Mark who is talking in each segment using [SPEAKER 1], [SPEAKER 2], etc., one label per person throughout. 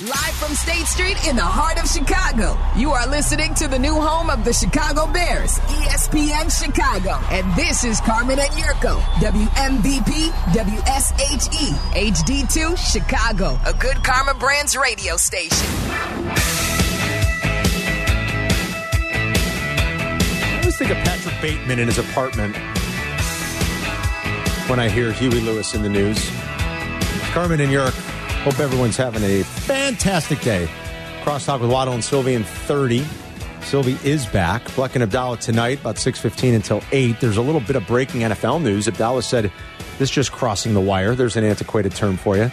[SPEAKER 1] Live from State Street in the heart of Chicago, you are listening to the new home of the Chicago Bears, E ESPN Chicago. And this is Carmen and Yurko, WMVP, WSHE, HD2, Chicago, a good Karma Brands radio station.
[SPEAKER 2] I always think of Patrick Bateman in his apartment when I hear Huey Lewis in the news. Carmen and York, hope everyone's having a fantastic day. Crosstalk with Waddle and Sylvie in 30. Sylvie is back. Fleck and Abdallah tonight, about 6.15 until 8. There's a little bit of breaking NFL news. Abdallah said, this just crossing the wire. There's an antiquated term for you.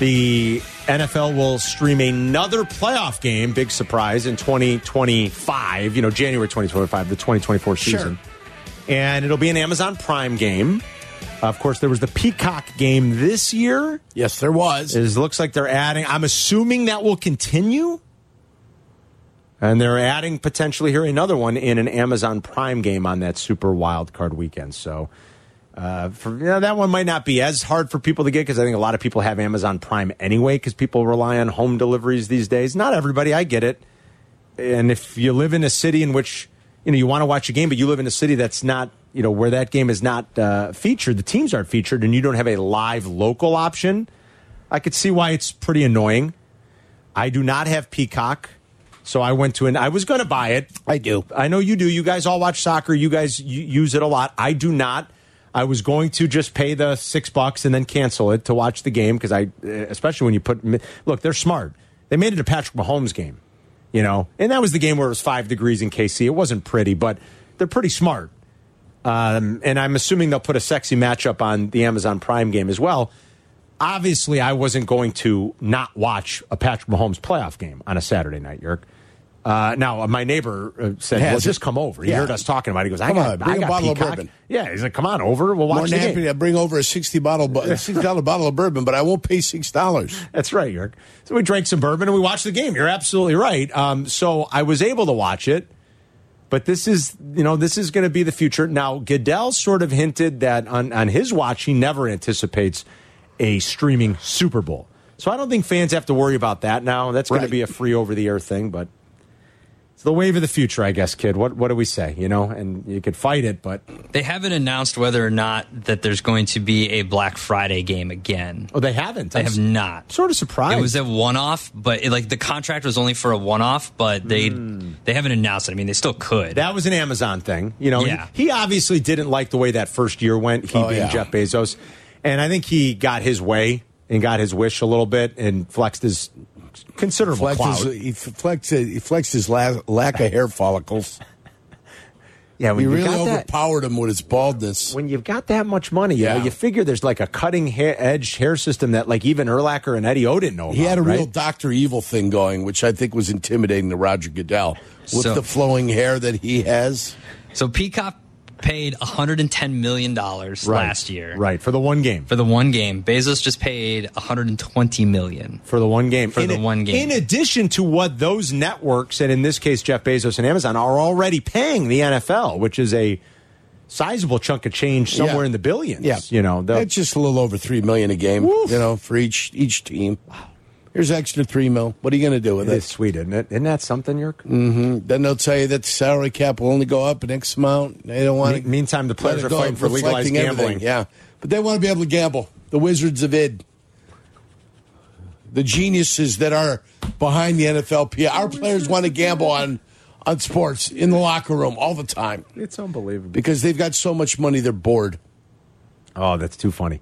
[SPEAKER 2] The NFL will stream another playoff game, big surprise, in 2025, you know, January 2025, the 2024 season. And it'll be an Amazon Prime game. Of course, there was the Peacock game this year.
[SPEAKER 3] Yes, there was.
[SPEAKER 2] It looks like they're adding. I'm assuming that will continue. And they're adding potentially here another one in an Amazon Prime game on that Super Wild Card weekend. So uh, for, you know, that one might not be as hard for people to get because I think a lot of people have Amazon Prime anyway because people rely on home deliveries these days. Not everybody, I get it. And if you live in a city in which you know you want to watch a game, but you live in a city that's not you know where that game is not uh, featured, the teams aren't featured, and you don't have a live local option. I could see why it's pretty annoying. I do not have Peacock, so I went to an. I was going to buy it.
[SPEAKER 3] I do.
[SPEAKER 2] I know you do. You guys all watch soccer. You guys u- use it a lot. I do not. I was going to just pay the six bucks and then cancel it to watch the game because I, eh, especially when you put, look, they're smart. They made it a Patrick Mahomes game, you know, and that was the game where it was five degrees in KC. It wasn't pretty, but they're pretty smart. Um, and I'm assuming they'll put a sexy matchup on the Amazon Prime game as well. Obviously, I wasn't going to not watch a Patrick Mahomes playoff game on a Saturday night, Yerk. Uh, now, uh, my neighbor uh, said,
[SPEAKER 3] Has
[SPEAKER 2] well,
[SPEAKER 3] it?
[SPEAKER 2] just come over. He
[SPEAKER 3] Yeah.
[SPEAKER 2] heard us talking about it. He goes, I
[SPEAKER 3] Come
[SPEAKER 2] got,
[SPEAKER 3] on, bring
[SPEAKER 2] I
[SPEAKER 3] a
[SPEAKER 2] got
[SPEAKER 3] bottle of
[SPEAKER 2] Peacock.
[SPEAKER 3] bourbon.
[SPEAKER 2] Yeah, he's like, come on over. We'll watch
[SPEAKER 3] More
[SPEAKER 2] the
[SPEAKER 3] than
[SPEAKER 2] game.
[SPEAKER 3] happy to bring over a sixty bottle, bu- sixty dollar bottle of bourbon, but I won't pay six dollars.
[SPEAKER 2] That's right, York. So we drank some bourbon and we watched the game. You're absolutely right. Um, so I was able to watch it, but this is you know this is going to be the future. Now Goodell sort of hinted that on on his watch he never anticipates a streaming Super Bowl. So I don't think fans have to worry about that now. That's going
[SPEAKER 3] Right.
[SPEAKER 2] to be a free over the air thing, but it's the wave of the future, I guess, kid. What what do we say? You know, and you could fight it, but
[SPEAKER 4] They haven't announced whether or not that there's going to be a Black Friday game again.
[SPEAKER 2] oh, they haven't.
[SPEAKER 4] They
[SPEAKER 2] I'm
[SPEAKER 4] have
[SPEAKER 2] s-
[SPEAKER 4] not.
[SPEAKER 2] Sort of surprised.
[SPEAKER 4] It was a one-off, but it, like the contract was only for a one-off, but they they haven't announced it. I mean, they still could.
[SPEAKER 2] Hmm. That was an Amazon thing. You know,
[SPEAKER 4] Yeah.
[SPEAKER 2] he, he obviously didn't like the way that first year went, he
[SPEAKER 3] Oh,
[SPEAKER 2] being
[SPEAKER 3] yeah.
[SPEAKER 2] Jeff Bezos. And I think he got his way and got his wish a little bit and flexed his considerable
[SPEAKER 3] Flex
[SPEAKER 2] clout.
[SPEAKER 3] his, he flexed, he flexed his la- lack of hair follicles.
[SPEAKER 2] yeah,
[SPEAKER 3] He
[SPEAKER 2] when you
[SPEAKER 3] really
[SPEAKER 2] got that,
[SPEAKER 3] overpowered him with his baldness.
[SPEAKER 2] when you've got that much money, you, know,
[SPEAKER 3] Yeah.
[SPEAKER 2] you figure there's like a cutting hair, edge hair system that like even Erlacher and Eddie O didn't know
[SPEAKER 3] He
[SPEAKER 2] about,
[SPEAKER 3] had a
[SPEAKER 2] right?
[SPEAKER 3] real Doctor Evil thing going, which I think was intimidating to Roger Goodell with
[SPEAKER 4] So-
[SPEAKER 3] the flowing hair that he has.
[SPEAKER 4] So Peacock paid 110 million dollars
[SPEAKER 2] Right.
[SPEAKER 4] last year
[SPEAKER 2] Right, for the one game.
[SPEAKER 4] for the one game. Bezos just paid 120 million.
[SPEAKER 2] for the one game.
[SPEAKER 4] For the one game.
[SPEAKER 2] In addition to what those networks, and in this case, Jeff Bezos and Amazon, are already paying the NFL, which is a sizable chunk of change somewhere
[SPEAKER 3] Yeah.
[SPEAKER 2] in the billions.
[SPEAKER 3] Yeah,
[SPEAKER 2] You know, they'll-
[SPEAKER 3] that's just a little over three million a game.
[SPEAKER 2] Woof.
[SPEAKER 3] You know, for each each team. Here's extra three mil. What are you going to do with
[SPEAKER 2] it is
[SPEAKER 3] it?
[SPEAKER 2] sweet, isn't it? Isn't that something, Yerk?
[SPEAKER 3] Mm. Then they'll tell you that the salary cap will only go up an X amount. They don't want.
[SPEAKER 2] Me- meantime, the players are fighting for legalized gambling.
[SPEAKER 3] Yeah, but they want to be able to gamble. The wizards of id, the geniuses that are behind the NFLPA. Our players want to gamble on on sports in the locker room all the time
[SPEAKER 2] It's unbelievable.
[SPEAKER 3] because they've got so much money they're bored.
[SPEAKER 2] Oh, that's too funny.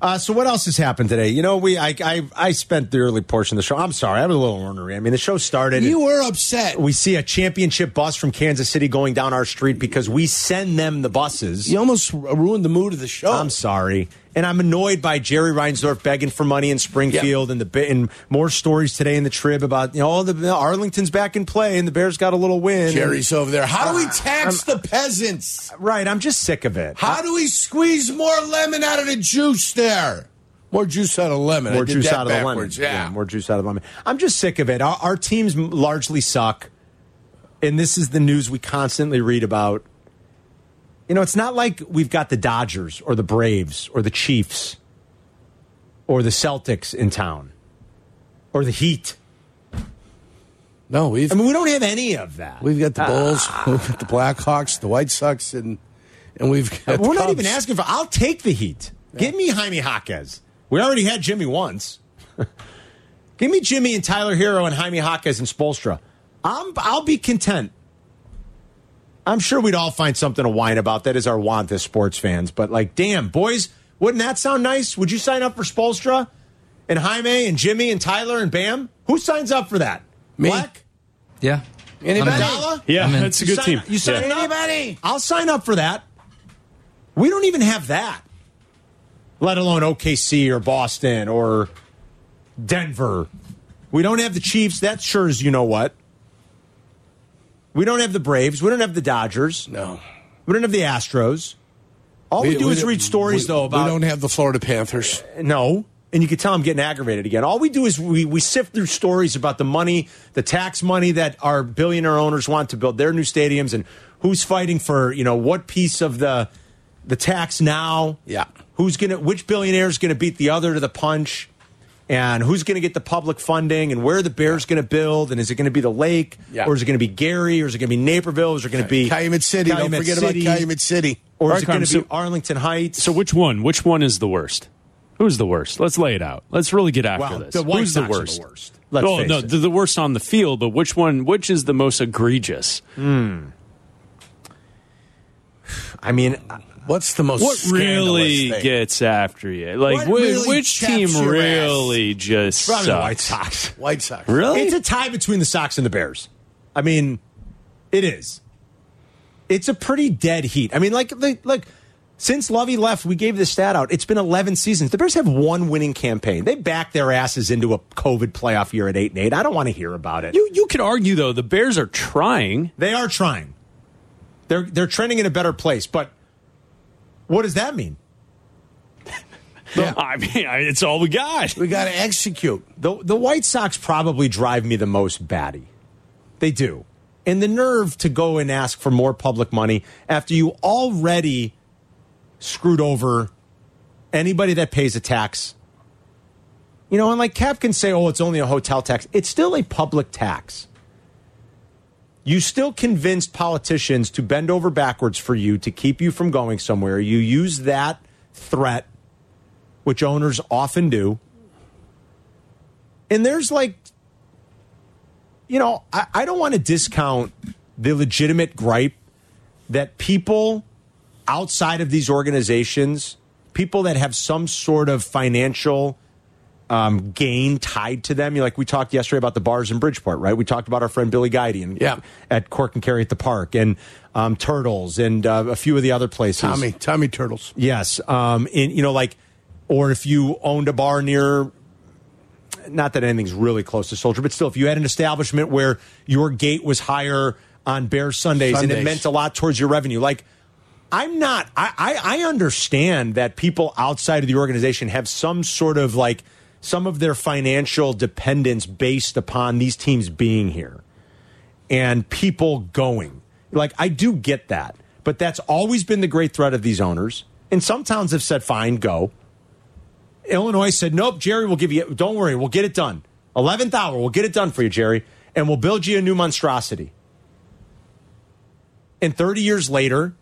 [SPEAKER 2] Uh, so what else has happened today? You know, we I, I I spent the early portion of the show. I'm sorry, I was a little ornery. I mean, the show started.
[SPEAKER 3] You were upset.
[SPEAKER 2] we see a championship bus from Kansas City going down our street because we send them the buses.
[SPEAKER 3] You almost ruined the mood of the show.
[SPEAKER 2] I'm sorry. And I'm annoyed by Jerry Reinsdorf begging for money in Springfield and the bi- and more stories today in the Trib about you know all the Arlington's back in play and the Bears got a little win.
[SPEAKER 3] Jerry's over there. How do we tax the peasants?
[SPEAKER 2] right, I'm just sick of it.
[SPEAKER 3] How do we squeeze more lemon out of the juice there? More juice out of lemon. I
[SPEAKER 2] more
[SPEAKER 3] did
[SPEAKER 2] juice
[SPEAKER 3] that
[SPEAKER 2] out of the lemon.
[SPEAKER 3] backwards, Yeah.
[SPEAKER 2] more juice out of the lemon. I'm just sick of it. Our, our teams m- largely suck, and this is the news we constantly read about. You know, it's not like we've got the Dodgers or the Braves or the Chiefs or the Celtics in town. or the Heat.
[SPEAKER 3] No, we've
[SPEAKER 2] I mean, we Ah. don't have any of that.
[SPEAKER 3] we've got the Bulls, we've got the Blackhawks, the White Sox, and and we've got. the
[SPEAKER 2] We're not
[SPEAKER 3] Cubs.
[SPEAKER 2] even asking for. I'll take the Heat. Give me Jaime Jaquez. We already had Jimmy once. Give me Jimmy and Tyler Hero and Jaime Jaquez and Spolstra. I'm, I'll be content. I'm sure we'd all find something to whine about. That is our want as sports fans. But like, damn, boys, wouldn't that sound nice? Would you sign up for Spolstra and Jaime and Jimmy and Tyler and Bam? Who signs up for that?
[SPEAKER 3] Me.
[SPEAKER 2] Black?
[SPEAKER 4] Yeah.
[SPEAKER 3] Anybody?
[SPEAKER 2] Abdallah?
[SPEAKER 5] Yeah,
[SPEAKER 4] I'm in.
[SPEAKER 5] that's a
[SPEAKER 2] You
[SPEAKER 5] good
[SPEAKER 2] sign-
[SPEAKER 5] team.
[SPEAKER 2] You sign
[SPEAKER 5] Yeah.
[SPEAKER 2] up? I'll sign up for that. We don't even have that, let alone OKC or Boston or Denver. We don't have the Chiefs. That sure is, you know what. We don't have the Braves. We don't have the Dodgers.
[SPEAKER 3] No.
[SPEAKER 2] We don't have the Astros. All we, do is read stories,
[SPEAKER 3] we-
[SPEAKER 2] though, about
[SPEAKER 3] we don't have the Florida Panthers.
[SPEAKER 2] no. And you can tell I'm getting aggravated again. All we do is we, we sift through stories about the money, the tax money that our billionaire owners want to build their new stadiums and who's fighting for, you know, what piece of the the tax now.
[SPEAKER 3] Yeah.
[SPEAKER 2] Who's gonna which billionaire is gonna beat the other to the punch and who's gonna get the public funding and where are the Bears gonna build and is it gonna be the lake?
[SPEAKER 3] Yeah.
[SPEAKER 2] Or is it gonna be Gary or is it gonna be Naperville? Or is it gonna be
[SPEAKER 3] Calumet City.
[SPEAKER 2] Calumet
[SPEAKER 3] don't forget
[SPEAKER 2] City?
[SPEAKER 3] about Calumet City.
[SPEAKER 2] Or is it
[SPEAKER 5] All right,
[SPEAKER 2] gonna be
[SPEAKER 5] so-
[SPEAKER 2] Arlington Heights?
[SPEAKER 5] So which one? Which one is the worst? Who's the worst? Let's lay it out. Let's really get after
[SPEAKER 2] Well,
[SPEAKER 5] this.
[SPEAKER 2] the White
[SPEAKER 5] Who's
[SPEAKER 2] Sox
[SPEAKER 5] the
[SPEAKER 2] are the
[SPEAKER 5] worst?
[SPEAKER 2] worst. Let's
[SPEAKER 5] oh
[SPEAKER 2] face
[SPEAKER 5] no,
[SPEAKER 2] it.
[SPEAKER 5] they're the worst on the field. But which one? Which is the most egregious?
[SPEAKER 2] I mean
[SPEAKER 3] What's the most
[SPEAKER 5] What really
[SPEAKER 3] scandalous thing?
[SPEAKER 5] gets after you? Like
[SPEAKER 3] What
[SPEAKER 5] whi-
[SPEAKER 3] really
[SPEAKER 5] which
[SPEAKER 3] chaps
[SPEAKER 5] team
[SPEAKER 3] your ass?
[SPEAKER 5] really just
[SPEAKER 2] probably the
[SPEAKER 5] sucks?
[SPEAKER 2] White Sox.
[SPEAKER 3] White Sox?
[SPEAKER 5] Really?
[SPEAKER 2] It's a tie between the Sox and the Bears. I mean, it is. It's a pretty dead heat. I mean, like, like, like since Lovey left, we gave this stat out. It's been 11 seasons. The Bears have one winning campaign. They backed their asses into a COVID playoff year at 8 and 8. I don't want to hear about it.
[SPEAKER 5] you you could argue though the Bears are trying.
[SPEAKER 2] They are trying. They're they're trending in a better place, but what does that mean?
[SPEAKER 3] Yeah.
[SPEAKER 5] I mean, I, it's all we got.
[SPEAKER 3] We got to execute.
[SPEAKER 2] The the White Sox probably drive me the most batty. They do. And the nerve to go and ask for more public money after you already screwed over anybody that pays a tax. You know, and like Cap can say, oh, it's only a hotel tax. It's still a public tax. You still convinced politicians to bend over backwards for you to keep you from going somewhere. You use that threat, which owners often do and there's like you know i, I don't want to discount the legitimate gripe that people outside of these organizations people that have some sort of financial um, gain tied to them you know, like we talked yesterday about the bars in bridgeport right we talked about our friend billy guidy and
[SPEAKER 3] Yeah.
[SPEAKER 2] at cork and carry at the park and um, turtles and uh, a few of the other places
[SPEAKER 3] Tommy, Tommy Turtles.
[SPEAKER 2] Yes. Um, in you know, like, or if you owned a bar near, not that anything's really close to Soldier, but still, if you had an establishment where your gate was higher on Bear Sundays, and it
[SPEAKER 3] Sundays.
[SPEAKER 2] meant a lot towards your revenue, like. I'm not. I, I I understand that people outside of the organization have some sort of like some of their financial dependence based upon these teams being here and people going. Like, I do get that, but that's always been the great threat of these owners. And some towns have said, fine, go. Illinois said, nope, Jerry, we'll give you, don't worry, we'll get it done. 11th hour, we'll get it done for you, Jerry, and we'll build you a new monstrosity. And 30 years later,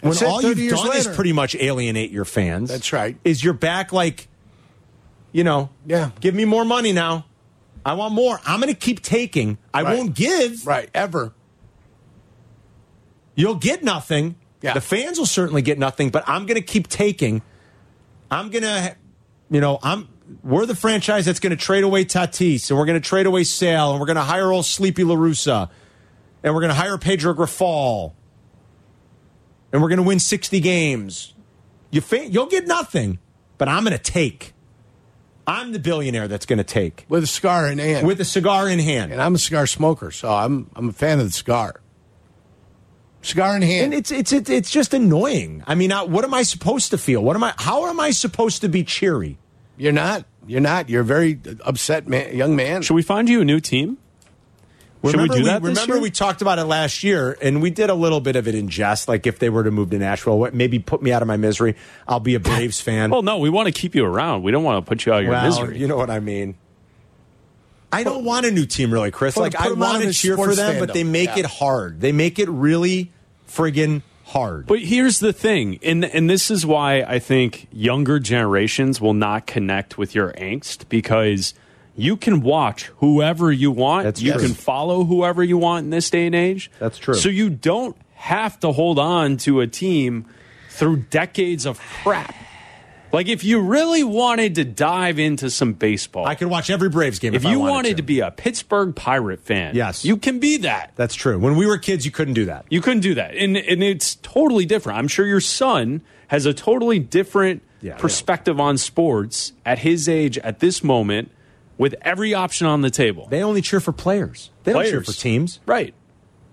[SPEAKER 2] when
[SPEAKER 3] That's it,
[SPEAKER 2] all
[SPEAKER 3] 30
[SPEAKER 2] you've
[SPEAKER 3] years
[SPEAKER 2] done is
[SPEAKER 3] later.
[SPEAKER 2] pretty much alienate your fans.
[SPEAKER 3] That's right.
[SPEAKER 2] Is you're back like, you know,
[SPEAKER 3] Yeah.
[SPEAKER 2] give me more money now. I want more. I'm going to keep taking. I
[SPEAKER 3] Right.
[SPEAKER 2] won't give.
[SPEAKER 3] Right. Ever.
[SPEAKER 2] You'll get nothing.
[SPEAKER 3] Yeah.
[SPEAKER 2] The fans will certainly get nothing, but I'm going to keep taking. I'm going to, you know, I'm. We're the franchise that's going to trade away Tatis, and we're going to trade away Sale, and we're going to hire old Sleepy Larusa, and we're going to hire Pedro Grafal, and we're going to win sixty games. You fa- you'll get nothing, but I'm going to take. I'm the billionaire that's going to take
[SPEAKER 3] With a cigar in hand.
[SPEAKER 2] with a cigar in hand.
[SPEAKER 3] and I'm a cigar smoker, so I'm I'm a fan of the cigar. Cigar in hand.
[SPEAKER 2] and it's it's it's it's just annoying. I mean, I, what am I supposed to feel? What am I? How am I supposed to be cheery?
[SPEAKER 3] you're not. You're not. You're a very upset man, young man.
[SPEAKER 5] Should we find you a new team? Should we
[SPEAKER 2] remember
[SPEAKER 5] do that this
[SPEAKER 2] remember
[SPEAKER 5] year?
[SPEAKER 2] we talked about it last year, and we did a little bit of it in jest. Like if they were to move to Nashville, what maybe put me out of my misery? I'll be a Braves fan.
[SPEAKER 5] Well, no, we want to keep you around. We don't want to put you out of Oh, your
[SPEAKER 2] well,
[SPEAKER 5] misery.
[SPEAKER 2] you know what I mean. I don't want a new team, really, Chris.
[SPEAKER 3] Well,
[SPEAKER 2] like
[SPEAKER 3] put
[SPEAKER 2] I
[SPEAKER 3] 'em on
[SPEAKER 2] want
[SPEAKER 3] in
[SPEAKER 2] to
[SPEAKER 3] a
[SPEAKER 2] cheer for
[SPEAKER 3] sports
[SPEAKER 2] them,
[SPEAKER 3] fandom.
[SPEAKER 2] but they make
[SPEAKER 3] Yeah.
[SPEAKER 2] it hard. They make it really friggin' hard.
[SPEAKER 5] But here's the thing, and and this is why I think younger generations will not connect with your angst because you can watch whoever you want,
[SPEAKER 2] That's
[SPEAKER 5] you
[SPEAKER 2] true.
[SPEAKER 5] can follow whoever you want in this day and age.
[SPEAKER 2] That's true.
[SPEAKER 5] So you don't have to hold on to a team through decades of crap. Like if you really wanted to dive into some baseball,
[SPEAKER 2] I could watch every Braves game if,
[SPEAKER 5] if you
[SPEAKER 2] I wanted,
[SPEAKER 5] wanted to. be a Pittsburgh Pirate fan,
[SPEAKER 2] Yes.
[SPEAKER 5] you can be that.
[SPEAKER 2] That's true. When we were kids, you couldn't do that.
[SPEAKER 5] You couldn't do that. And and it's totally different. I'm sure your son has a totally different
[SPEAKER 2] Yeah.
[SPEAKER 5] perspective on sports at his age at this moment with every option on the table.
[SPEAKER 2] They only cheer for players. They don't cheer
[SPEAKER 5] Players.
[SPEAKER 2] for teams.
[SPEAKER 5] Right.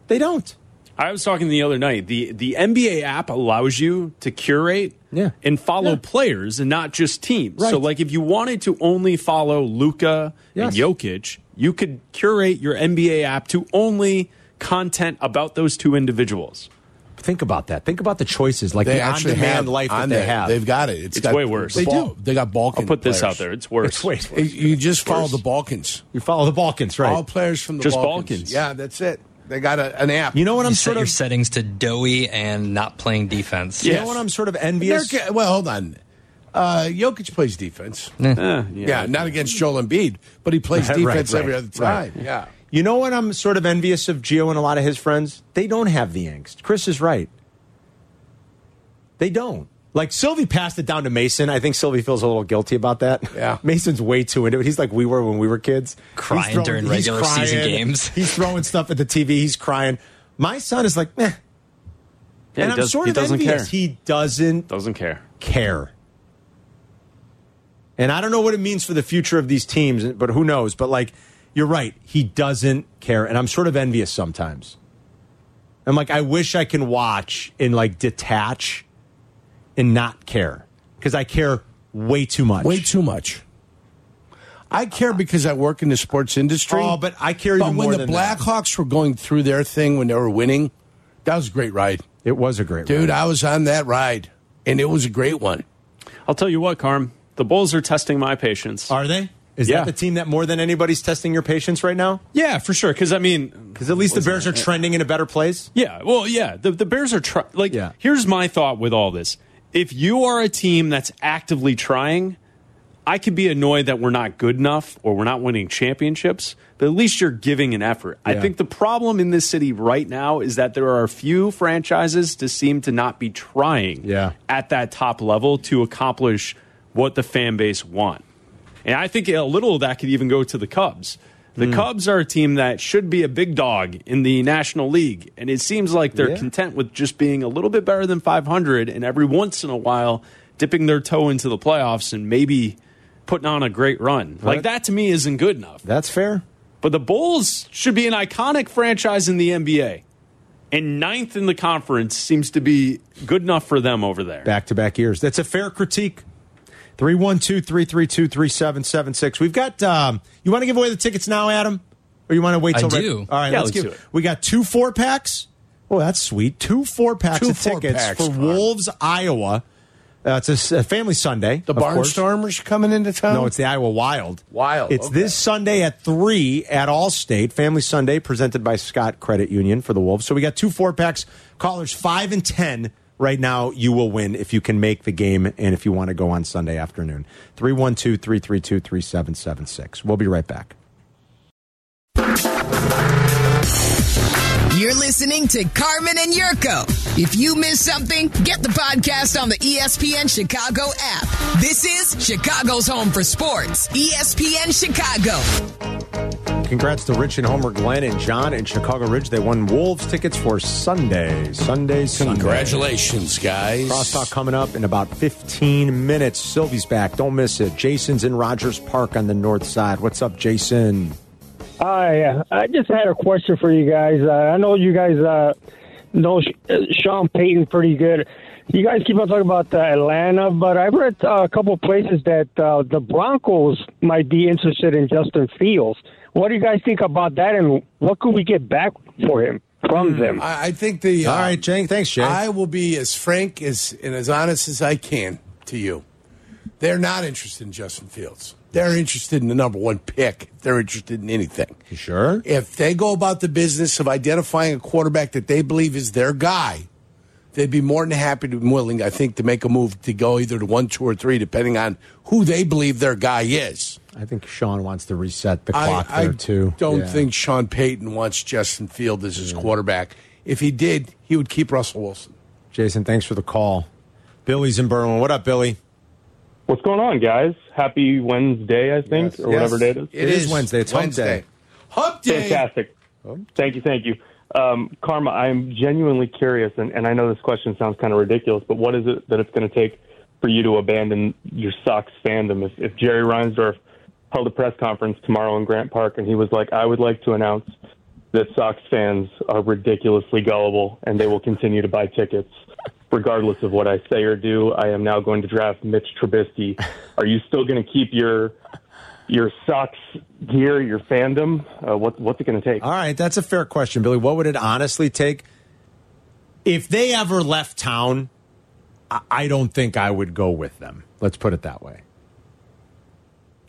[SPEAKER 2] They don't.
[SPEAKER 5] I was talking the other night. The the NBA app allows you to curate
[SPEAKER 2] Yeah.
[SPEAKER 5] and follow
[SPEAKER 2] Yeah.
[SPEAKER 5] players and not just teams. So
[SPEAKER 2] Right.
[SPEAKER 5] like if you wanted to only follow Luca
[SPEAKER 2] Yes.
[SPEAKER 5] and Jokic, you could curate your NBA app to only content about those two individuals.
[SPEAKER 2] Think about that. Think about the choices, like the on-demand life that
[SPEAKER 3] on
[SPEAKER 2] they
[SPEAKER 3] there.
[SPEAKER 2] have.
[SPEAKER 3] They've got it. It's,
[SPEAKER 5] It's
[SPEAKER 3] got
[SPEAKER 5] way worse.
[SPEAKER 3] They
[SPEAKER 5] They
[SPEAKER 3] do. They got Balkans.
[SPEAKER 5] I'll put this out there. It's worse.
[SPEAKER 2] It's way worse.
[SPEAKER 3] You just follow the Balkans.
[SPEAKER 2] You follow the Balkans, right?
[SPEAKER 3] All players from the
[SPEAKER 5] Just
[SPEAKER 3] Balkans.
[SPEAKER 5] Balkans.
[SPEAKER 3] Yeah, that's it. They got a, an app.
[SPEAKER 2] you know what
[SPEAKER 4] You
[SPEAKER 2] I'm
[SPEAKER 4] set
[SPEAKER 2] sort
[SPEAKER 4] your
[SPEAKER 2] of.
[SPEAKER 4] settings to doughy and not playing defense.
[SPEAKER 2] You
[SPEAKER 5] Yes.
[SPEAKER 2] know what I'm sort of
[SPEAKER 3] They're
[SPEAKER 2] envious.
[SPEAKER 3] ca- well, hold on. Uh, Jokic plays defense.
[SPEAKER 5] Eh,
[SPEAKER 3] Yeah, not against Joel Embiid, but he plays
[SPEAKER 2] Right,
[SPEAKER 3] defense
[SPEAKER 2] right,
[SPEAKER 3] every other time.
[SPEAKER 2] right.
[SPEAKER 3] Yeah.
[SPEAKER 2] You know what I'm sort of envious of Gio and a lot of his friends? They don't have the angst. Chris is right. They don't. Like Sylvie passed it down to Mason. I think Sylvie feels a little guilty about that.
[SPEAKER 3] Yeah.
[SPEAKER 2] Mason's way too into it. He's like we were when we were kids. He's
[SPEAKER 4] Crying during
[SPEAKER 2] he's
[SPEAKER 4] regular season games.
[SPEAKER 2] He's throwing stuff at the TV. He's crying. My son is like, meh.
[SPEAKER 5] Yeah,
[SPEAKER 2] and
[SPEAKER 5] he,
[SPEAKER 2] I'm
[SPEAKER 5] does,
[SPEAKER 2] sort
[SPEAKER 5] he
[SPEAKER 2] of
[SPEAKER 5] doesn't
[SPEAKER 2] envious.
[SPEAKER 5] care.
[SPEAKER 2] He doesn't
[SPEAKER 5] doesn't care.
[SPEAKER 2] care. And I don't know what it means for the future of these teams, but who knows? But like, you're right. He doesn't care. And I'm sort of envious sometimes. I'm like, I wish I can watch and like detach and not care because I care way too much.
[SPEAKER 3] Way too much. I care because I work in the sports industry.
[SPEAKER 2] Oh, but I care
[SPEAKER 3] But
[SPEAKER 2] even
[SPEAKER 3] when
[SPEAKER 2] more
[SPEAKER 3] the
[SPEAKER 2] than that.
[SPEAKER 3] Blackhawks were going through their thing when they were winning, that was a great ride.
[SPEAKER 2] It was a great
[SPEAKER 3] Dude,
[SPEAKER 2] run.
[SPEAKER 3] I was on that ride, and it was a great one.
[SPEAKER 5] I'll tell you what, Carm. The Bulls are testing my patience.
[SPEAKER 2] Are they? Is
[SPEAKER 5] Yeah.
[SPEAKER 2] that the team that more than anybody's testing your patience right now?
[SPEAKER 5] yeah, for sure. Because I mean,
[SPEAKER 2] Because at least the Bears are trending in a better place.
[SPEAKER 5] yeah. Well, yeah. The the Bears are try- like.
[SPEAKER 2] Yeah.
[SPEAKER 5] Here's my thought with all this. If you are a team that's actively trying, I could be annoyed that we're not good enough or we're not winning championships, but at least you're giving an effort. I
[SPEAKER 2] Yeah.
[SPEAKER 5] think the problem in this city right now is that there are a few franchises to seem to not be trying
[SPEAKER 2] Yeah.
[SPEAKER 5] at that top level to accomplish what the fan base want. And I think a little of that could even go to the Cubs. The
[SPEAKER 2] Hmm.
[SPEAKER 5] Cubs are a team that should be a big dog in the National League, and it seems like they're
[SPEAKER 2] Yeah.
[SPEAKER 5] content with just being a little bit better than 500 and every once in a while dipping their toe into the playoffs and maybe putting on a great run. Like that to me isn't good enough.
[SPEAKER 2] That's fair.
[SPEAKER 5] But the Bulls should be an iconic franchise in the NBA. And ninth in the conference seems to be good enough for them over there.
[SPEAKER 2] back to back years. That's a fair critique. 312 332 3776. We've got, um, you want to give away the tickets now, Adam? Or you want to wait
[SPEAKER 4] I
[SPEAKER 2] till
[SPEAKER 4] do.
[SPEAKER 2] All right,
[SPEAKER 5] Yeah,
[SPEAKER 2] let's,
[SPEAKER 5] let's
[SPEAKER 2] give
[SPEAKER 5] do it.
[SPEAKER 2] We got two four packs. Oh, that's sweet. Two four packs
[SPEAKER 3] Two
[SPEAKER 2] of
[SPEAKER 3] four
[SPEAKER 2] tickets
[SPEAKER 3] packs,
[SPEAKER 2] for
[SPEAKER 3] Carm.
[SPEAKER 2] Wolves, Iowa. Uh, it's a s- a, family Sunday.
[SPEAKER 3] The
[SPEAKER 2] of course.
[SPEAKER 3] Barnstormers coming into town?
[SPEAKER 2] No, it's the Iowa Wild.
[SPEAKER 3] Wild,
[SPEAKER 2] It's
[SPEAKER 3] okay.
[SPEAKER 2] this Sunday at 3 at Allstate. Family Sunday presented by Scott Credit Union for the Wolves. So we got two four packs. Callers 5 and 10 right now. You will win if you can make the game and if you want to go on Sunday afternoon. 312 332 3776. We'll be right back.
[SPEAKER 1] You're listening to Carmen and Yurko. If you miss something, get the podcast on the E ESPN Chicago app. This is Chicago's home for sports. E ESPN Chicago.
[SPEAKER 2] Congrats to Rich and Homer, Glenn and John in Chicago Ridge. They won Wolves tickets for Sunday. Sunday, Sunday.
[SPEAKER 3] Congratulations, guys.
[SPEAKER 2] Crosstalk coming up in about 15 minutes. Sylvie's back. Don't miss it. Jason's in Rogers Park on the north side. What's up, Jason?
[SPEAKER 6] Hi, uh, I just had a question for you guys. Uh, I know you guys uh, know Sh- uh, Sean Payton pretty good. You guys keep on talking about uh, Atlanta, but I've read uh, a couple places that uh, the Broncos might be interested in Justin Fields. What do you guys think about that, and what could we get back for him
[SPEAKER 7] Hmm.
[SPEAKER 6] from them?
[SPEAKER 3] I, I think the. uh,
[SPEAKER 2] All right, Jane. Thanks, Jane.
[SPEAKER 3] I will be as frank as and as honest as I can to you. They're not interested in Justin Fields. They're interested in the number one pick. They're interested in anything.
[SPEAKER 2] You sure?
[SPEAKER 3] If they go about the business of identifying a quarterback that they believe is their guy, they'd be more than happy to and willing, I think, to make a move to go either to one, two, or three, depending on who they believe their guy is.
[SPEAKER 2] I think Sean wants to reset the clock
[SPEAKER 3] I,
[SPEAKER 2] there
[SPEAKER 3] I
[SPEAKER 2] too.
[SPEAKER 3] don't
[SPEAKER 2] Yeah.
[SPEAKER 3] think Sean Payton wants Justin Field as his quarterback. If he did, he would keep Russell Wilson.
[SPEAKER 2] Jason, thanks for the call. Billy's in Berlin. What up, Billy?
[SPEAKER 8] What's going on, guys? Happy Wednesday, I think, or whatever day it is.
[SPEAKER 2] It is Wednesday. It's hump day.
[SPEAKER 3] Hump day.
[SPEAKER 8] Fantastic. Thank you, thank you. Um, Karma, I'm genuinely curious, and, and I know this question sounds kind of ridiculous, but what is it that it's going to take for you to abandon your Sox fandom? If, if Jerry Reinsdorf held a press conference tomorrow in Grant Park and he was like, I would like to announce that Sox fans are ridiculously gullible and they will continue to buy tickets regardless of what I say or do. I am now going to draft Mitch Trubisky. Are you still going to keep your your Sox gear, your fandom? Uh, what, what's it going to take?
[SPEAKER 2] All right, that's a fair question, Billy. What would it honestly take? If they ever left town, I- I don't think I would go with them. Let's put it that way.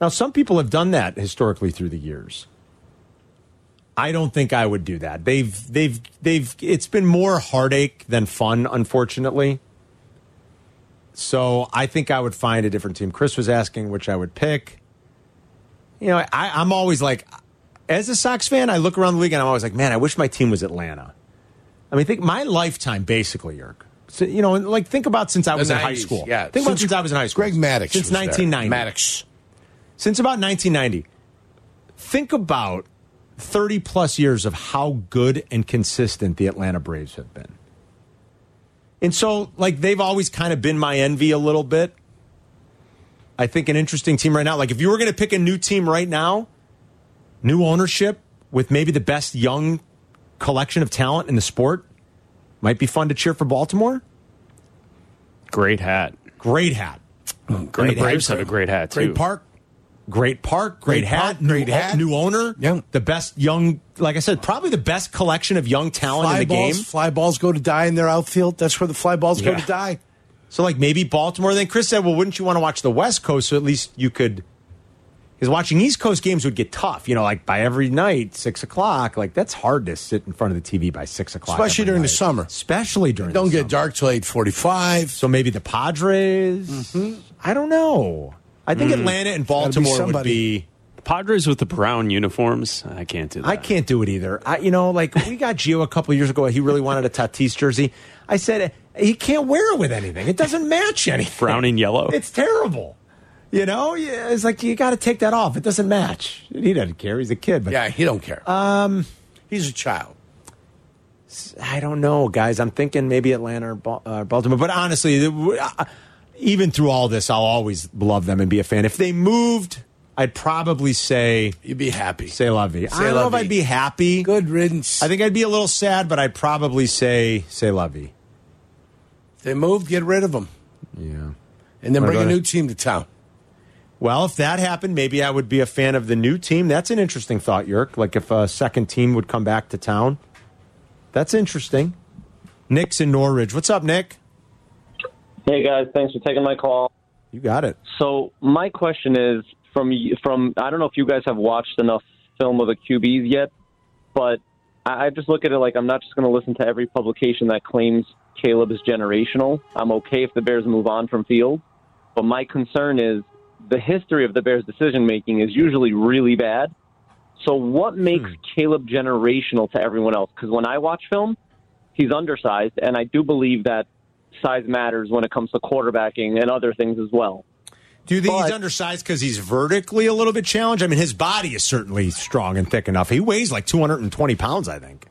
[SPEAKER 2] Now, some people have done that historically through the years. I don't think I would do that. They've, they've, they've, it's been more heartache than fun, unfortunately. So I think I would find a different team. Chris was asking which I would pick. You know, I, I'm always like, as a Sox fan, I look around the league and I'm always like, man, I wish my team was Atlanta. I mean, think my lifetime basically, Yerk. So, you know, and like think about since I was in high
[SPEAKER 3] 90s,
[SPEAKER 2] school.
[SPEAKER 3] Yeah.
[SPEAKER 2] Think about since I was in high school.
[SPEAKER 3] Greg Maddox.
[SPEAKER 2] Since
[SPEAKER 3] was there.
[SPEAKER 2] 1990
[SPEAKER 3] Maddox.
[SPEAKER 2] since about 1990. Think about 30 plus years of how good and consistent the Atlanta Braves have been. And so, like, they've always kind of been my envy a little bit. I think an interesting team right now, like, if you were going to pick a new team right now, new ownership with maybe the best young collection of talent in the sport, might be fun to cheer for Baltimore.
[SPEAKER 5] Great hat.
[SPEAKER 2] Great hat.
[SPEAKER 5] Great and the Braves have a great hat too.
[SPEAKER 3] Great park.
[SPEAKER 2] Great park, great,
[SPEAKER 3] Great
[SPEAKER 2] hat,
[SPEAKER 3] park, great
[SPEAKER 2] new,
[SPEAKER 3] hat.
[SPEAKER 2] new owner.
[SPEAKER 3] Yeah.
[SPEAKER 2] The best young, like I said, probably the best collection of young talent
[SPEAKER 3] Fly
[SPEAKER 2] in the
[SPEAKER 3] balls.
[SPEAKER 2] game.
[SPEAKER 3] Fly balls go to die in their outfield. That's where the fly balls go
[SPEAKER 2] Yeah.
[SPEAKER 3] to die.
[SPEAKER 2] So, like maybe Baltimore. Then Chris said, "Well, wouldn't you want to watch the West Coast? So at least you could." Because watching East Coast games would get tough, you know, like by every night, six o'clock. Like that's hard to sit in front of the TV by six o'clock,
[SPEAKER 3] Especially
[SPEAKER 2] every
[SPEAKER 3] during the
[SPEAKER 2] night.
[SPEAKER 3] summer.
[SPEAKER 2] Especially during
[SPEAKER 3] Don't
[SPEAKER 2] the
[SPEAKER 3] get
[SPEAKER 2] summer.
[SPEAKER 3] dark till eight forty-five.
[SPEAKER 2] So maybe the Padres.
[SPEAKER 3] Mm-hmm.
[SPEAKER 2] I don't know. I think Atlanta and Baltimore would
[SPEAKER 3] Mm. somebody.
[SPEAKER 2] be.
[SPEAKER 5] Padres with the brown uniforms. I can't do that.
[SPEAKER 2] I can't do it either. I, you know, like we got Gio a couple years ago. He really wanted a Tatis jersey. I said he can't wear it with anything. It doesn't match anything.
[SPEAKER 5] Brown and yellow.
[SPEAKER 2] It's terrible. You know, Yeah, it's like you got to take that off. It doesn't match. He doesn't care. He's a kid. But
[SPEAKER 3] Yeah, he don't care. Um, he's a child.
[SPEAKER 2] I don't know, guys. I'm thinking maybe Atlanta or Bal- uh, Baltimore. But honestly, it w- I- even through all this, I'll always love them and be a fan. If they moved, I'd probably say
[SPEAKER 3] You'd be happy.
[SPEAKER 2] say la vie. I
[SPEAKER 3] Say
[SPEAKER 2] don't
[SPEAKER 3] la
[SPEAKER 2] know if
[SPEAKER 3] vie.
[SPEAKER 2] I'd be happy.
[SPEAKER 3] Good riddance.
[SPEAKER 2] I think I'd be a little sad, but I'd probably say say la vie.
[SPEAKER 3] they moved. Get rid of them,
[SPEAKER 2] Yeah.
[SPEAKER 3] and then
[SPEAKER 2] Wanna
[SPEAKER 3] bring a
[SPEAKER 2] go to-
[SPEAKER 3] new team to town.
[SPEAKER 2] Well, if that happened, maybe I would be a fan of the new team. That's an interesting thought, Yerk. Like if a second team would come back to town. That's interesting. Nick's in Norridge. What's up, Nick?
[SPEAKER 9] Hey guys, thanks for taking my call.
[SPEAKER 2] You got it.
[SPEAKER 9] So my question is from y- from I don't know if you guys have watched enough film of the QBs yet, but I, I just look at it like I'm not just going to listen to every publication that claims Caleb is generational. I'm okay if the Bears move on from Field, but my concern is the history of the Bears' decision making is usually really bad. So what makes Caleb generational to everyone else? Because when I watch film, he's undersized, and I do believe that size matters when it comes to quarterbacking and other things as well.
[SPEAKER 2] Do you think he's
[SPEAKER 9] But-
[SPEAKER 2] undersized because he's vertically a little bit challenged? I mean, his body is certainly strong and thick enough. He weighs like 220 pounds, I think.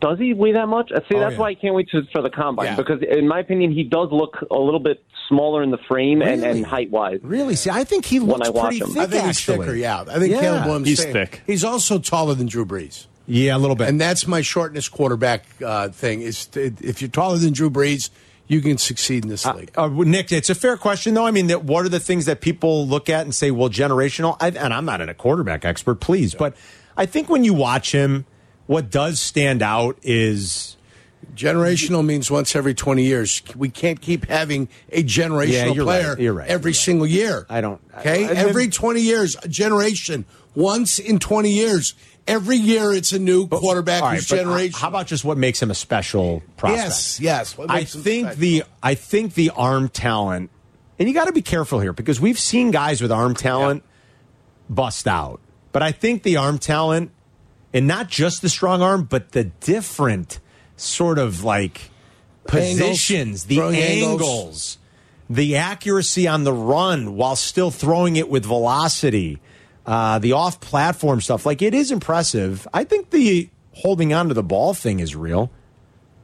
[SPEAKER 9] Does he weigh that much? See,
[SPEAKER 2] Oh,
[SPEAKER 9] that's
[SPEAKER 2] yeah.
[SPEAKER 9] why I can't wait to, for the combine
[SPEAKER 3] Yeah.
[SPEAKER 9] because, in my opinion, he does look a little bit smaller in the frame and,
[SPEAKER 2] Really?
[SPEAKER 9] and height wise.
[SPEAKER 2] Really? See, I think he
[SPEAKER 9] When
[SPEAKER 2] looks
[SPEAKER 9] I watch
[SPEAKER 2] pretty
[SPEAKER 9] him.
[SPEAKER 2] thick.
[SPEAKER 3] I think
[SPEAKER 2] actually.
[SPEAKER 3] he's thicker. Yeah, I think
[SPEAKER 2] Yeah.
[SPEAKER 3] Caleb Williams.
[SPEAKER 5] He's
[SPEAKER 3] thick.
[SPEAKER 5] thick.
[SPEAKER 3] He's also taller than Drew Brees,
[SPEAKER 2] Yeah, a little bit.
[SPEAKER 3] and that's my shortness quarterback uh, thing. Is if you're taller than Drew Brees, you can succeed in this league.
[SPEAKER 2] Uh, Nick, it's a fair question, though. I mean, that what are the things that people look at and say, well, generational? I, and I'm not a quarterback expert, please. But I think when you watch him, what does stand out is
[SPEAKER 3] Generational means once every 20 years. We can't keep having a generational
[SPEAKER 2] Yeah, you're
[SPEAKER 3] player
[SPEAKER 2] right. You're right.
[SPEAKER 3] every
[SPEAKER 2] You're right.
[SPEAKER 3] single year.
[SPEAKER 2] I don't- I-
[SPEAKER 3] Okay?
[SPEAKER 2] I- I-
[SPEAKER 3] every 20 years, a generation. Once in 20 years. Every year it's a new quarterback
[SPEAKER 2] All right,
[SPEAKER 3] who's
[SPEAKER 2] but uh,
[SPEAKER 3] generation.
[SPEAKER 2] How about just what makes him a special prospect?
[SPEAKER 3] Yes, yes. What
[SPEAKER 2] I
[SPEAKER 3] makes him
[SPEAKER 2] think
[SPEAKER 3] special?
[SPEAKER 2] the I think the arm talent, and you got to be careful here because we've seen guys with arm talent bust out. But I think the arm talent, and not just the strong arm, but the different sort of like
[SPEAKER 3] Angles,
[SPEAKER 2] positions, the
[SPEAKER 3] throwing angles.
[SPEAKER 2] angles, the accuracy on the run while still throwing it with velocity, uh, the off platform stuff. Like, it is impressive. I think the holding on to the ball thing is real.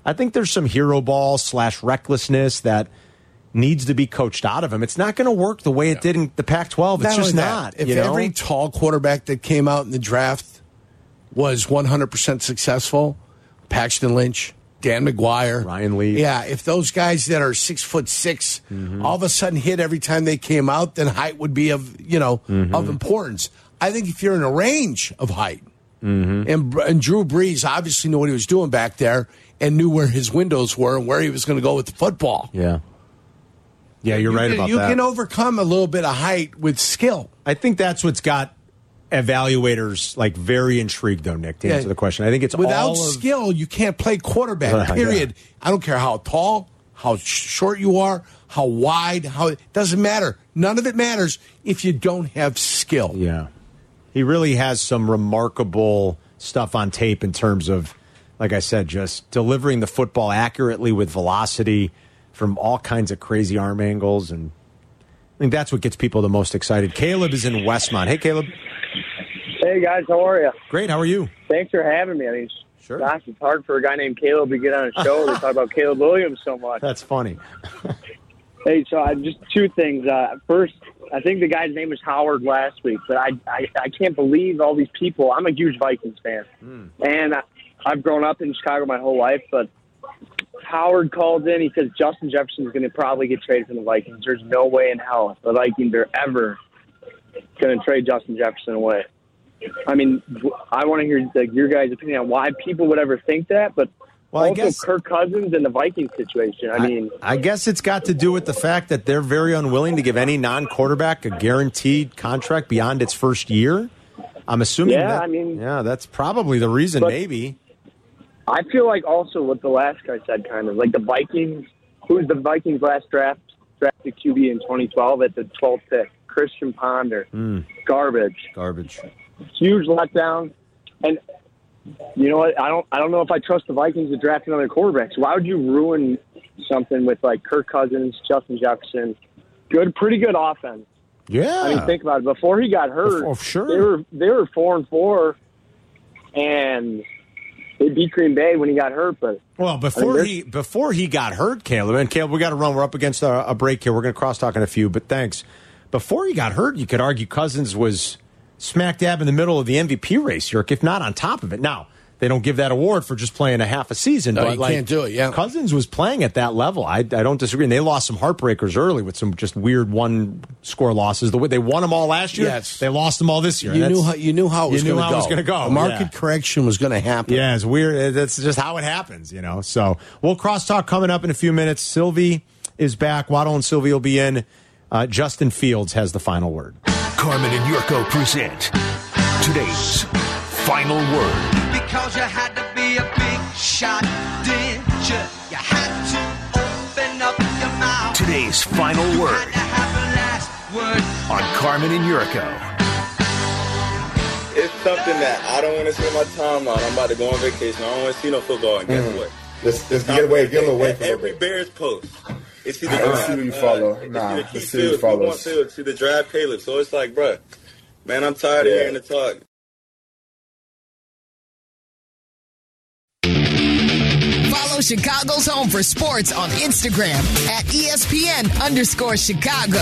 [SPEAKER 2] I think there's some hero ball slash recklessness that needs to be coached out of him. It's not going to work the way it did in the Pac 12. It's
[SPEAKER 3] Not
[SPEAKER 2] just
[SPEAKER 3] only that,
[SPEAKER 2] not.
[SPEAKER 3] If
[SPEAKER 2] you know?
[SPEAKER 3] every tall quarterback that came out in the draft was 100% successful, Paxton Lynch, Dan McGuire,
[SPEAKER 2] Ryan Leaf. Mm-hmm.
[SPEAKER 3] Yeah, if those guys that are six foot 6 all of a sudden hit every time they came out, then height would be of, you know,
[SPEAKER 2] Mm-hmm.
[SPEAKER 3] of importance. I think if you're in a range of height,
[SPEAKER 2] Mm-hmm.
[SPEAKER 3] and, and Drew Brees obviously knew what he was doing back there and knew where his windows were and where he was going to go with the football.
[SPEAKER 2] yeah. Yeah, you're
[SPEAKER 3] You
[SPEAKER 2] right
[SPEAKER 3] can-
[SPEAKER 2] about
[SPEAKER 3] you
[SPEAKER 2] that.
[SPEAKER 3] can overcome a little bit of height with skill.
[SPEAKER 2] I think that's what's got evaluators like very intrigued though nick to
[SPEAKER 3] Yeah.
[SPEAKER 2] answer the question i think it's
[SPEAKER 3] Without
[SPEAKER 2] all of-
[SPEAKER 3] skill, you can't play quarterback.
[SPEAKER 2] Yeah.
[SPEAKER 3] Period. I don't care how tall, how sh- short you are, how wide, how it doesn't matter. None of it matters if you don't have skill.
[SPEAKER 2] yeah he really has some remarkable stuff on tape in terms of like i said just delivering the football accurately with velocity from all kinds of crazy arm angles and i think that's what gets people the most excited caleb is in westmont hey caleb
[SPEAKER 7] Hey guys, how are you?
[SPEAKER 2] great how are you
[SPEAKER 7] Thanks for having me. I mean,
[SPEAKER 2] Sure.
[SPEAKER 7] gosh, it's hard for a guy named Caleb to get on a show. they talk about Caleb Williams so much.
[SPEAKER 2] that's funny
[SPEAKER 7] Hey, so I just two things. Uh, first, I think the guy's name was Howard last week, but I I, I can't believe all these people. I'm a huge Vikings fan, and I, I've grown up in Chicago my whole life. But Howard called in. He says Justin Jefferson's going to probably get traded from the Vikings. There's no way in hell the Vikings are ever going to trade Justin Jefferson away. I mean, w- I want to hear like, your guys' opinion on why people would ever think that, but
[SPEAKER 2] Well, I
[SPEAKER 7] also
[SPEAKER 2] guess-
[SPEAKER 7] Kirk Cousins and the Vikings situation. I mean.
[SPEAKER 2] I guess it's got to do with the fact that they're very unwilling to give any non-quarterback a guaranteed contract beyond its first year. I'm assuming.
[SPEAKER 7] Yeah,
[SPEAKER 2] that-
[SPEAKER 7] I mean-
[SPEAKER 2] yeah, that's probably the reason.
[SPEAKER 7] But-
[SPEAKER 2] maybe.
[SPEAKER 7] I feel like also what the last guy said, kind of like the Vikings. Who's the Vikings' last draft drafted QB in 2012 at the 12th pick? Christian Ponder,
[SPEAKER 2] Hmm.
[SPEAKER 7] garbage,
[SPEAKER 2] Garbage.
[SPEAKER 7] huge letdown. And you know what? I don't. I don't know if I trust the Vikings to draft another quarterback. So why would you ruin something with like Kirk Cousins, Justin Jefferson? Good, pretty good offense.
[SPEAKER 2] Yeah.
[SPEAKER 7] I mean, think about it. Before he got hurt,
[SPEAKER 3] Oh,
[SPEAKER 2] Before- sure.
[SPEAKER 7] they were they were four and four, and they beat Green Bay when he got hurt, but.
[SPEAKER 2] well, before
[SPEAKER 7] I mean,
[SPEAKER 2] he before he got hurt, Caleb and Caleb, we got to run. We're up against a, a break here. We're going to cross talk in a few, but thanks. Before he got hurt, you could argue Cousins was smack dab in the middle of the MVP race, Yerk, if not on top of it. Now they don't give that award for just playing a half a season,
[SPEAKER 3] No,
[SPEAKER 2] but
[SPEAKER 3] you
[SPEAKER 2] like,
[SPEAKER 3] can't do it, yeah.
[SPEAKER 2] Cousins was playing at that level. I, I don't disagree. And they lost some heartbreakers early with some just weird one score losses. The way they won them all last year,
[SPEAKER 3] Yes.
[SPEAKER 2] they lost them all this year.
[SPEAKER 3] You
[SPEAKER 2] That's-
[SPEAKER 3] knew how you knew how it
[SPEAKER 2] you
[SPEAKER 3] was
[SPEAKER 2] knew
[SPEAKER 3] going to
[SPEAKER 2] how it was gonna go,
[SPEAKER 3] A market
[SPEAKER 2] yeah.
[SPEAKER 3] correction was going to happen.
[SPEAKER 2] Yeah, it's weird. That's just how it happens, you know. So we'll crosstalk coming up in a few minutes. Sylvie is back. Waddle and Sylvie will be in. Uh, Justin Fields has the final word.
[SPEAKER 10] Carmen and Yurko present today's final word.
[SPEAKER 11] Because you had to be a big shot, did you? You had to open up your mouth.
[SPEAKER 10] Today's final
[SPEAKER 11] You
[SPEAKER 10] word
[SPEAKER 11] had to have a last word.
[SPEAKER 10] on Carmen and Yurko.
[SPEAKER 12] It's something that I don't want to spend my time on. I'm about to go on vacation. I don't want to see no football. And
[SPEAKER 8] Mm.
[SPEAKER 12] guess what?
[SPEAKER 13] Let's, let's get away, get him away from it.
[SPEAKER 12] Every Bears post. It's either
[SPEAKER 13] All right, let's see who you follow.
[SPEAKER 12] it's
[SPEAKER 13] Nah,
[SPEAKER 12] either
[SPEAKER 13] let's
[SPEAKER 12] keep
[SPEAKER 13] see who
[SPEAKER 12] Fields, move on
[SPEAKER 13] follows.
[SPEAKER 12] Fields, see the drive Caleb. So it's like, bruh, man, I'm tired of
[SPEAKER 13] Yeah.
[SPEAKER 12] hearing the talk.
[SPEAKER 1] Follow Chicago's Home for Sports on Instagram at E ESPN underscore Chicago.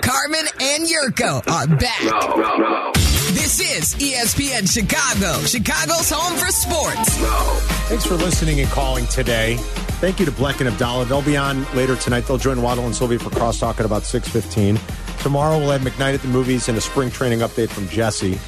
[SPEAKER 1] Carmen and Yurko are back. This is E ESPN Chicago, Chicago's Home for Sports.
[SPEAKER 2] Thanks for listening and calling today. Thank you to Bleck and Abdallah. They'll be on later tonight. They'll join Waddle and Sylvie for crosstalk at about 6.15. Tomorrow we'll have McKnight at the movies and a spring training update from Jesse.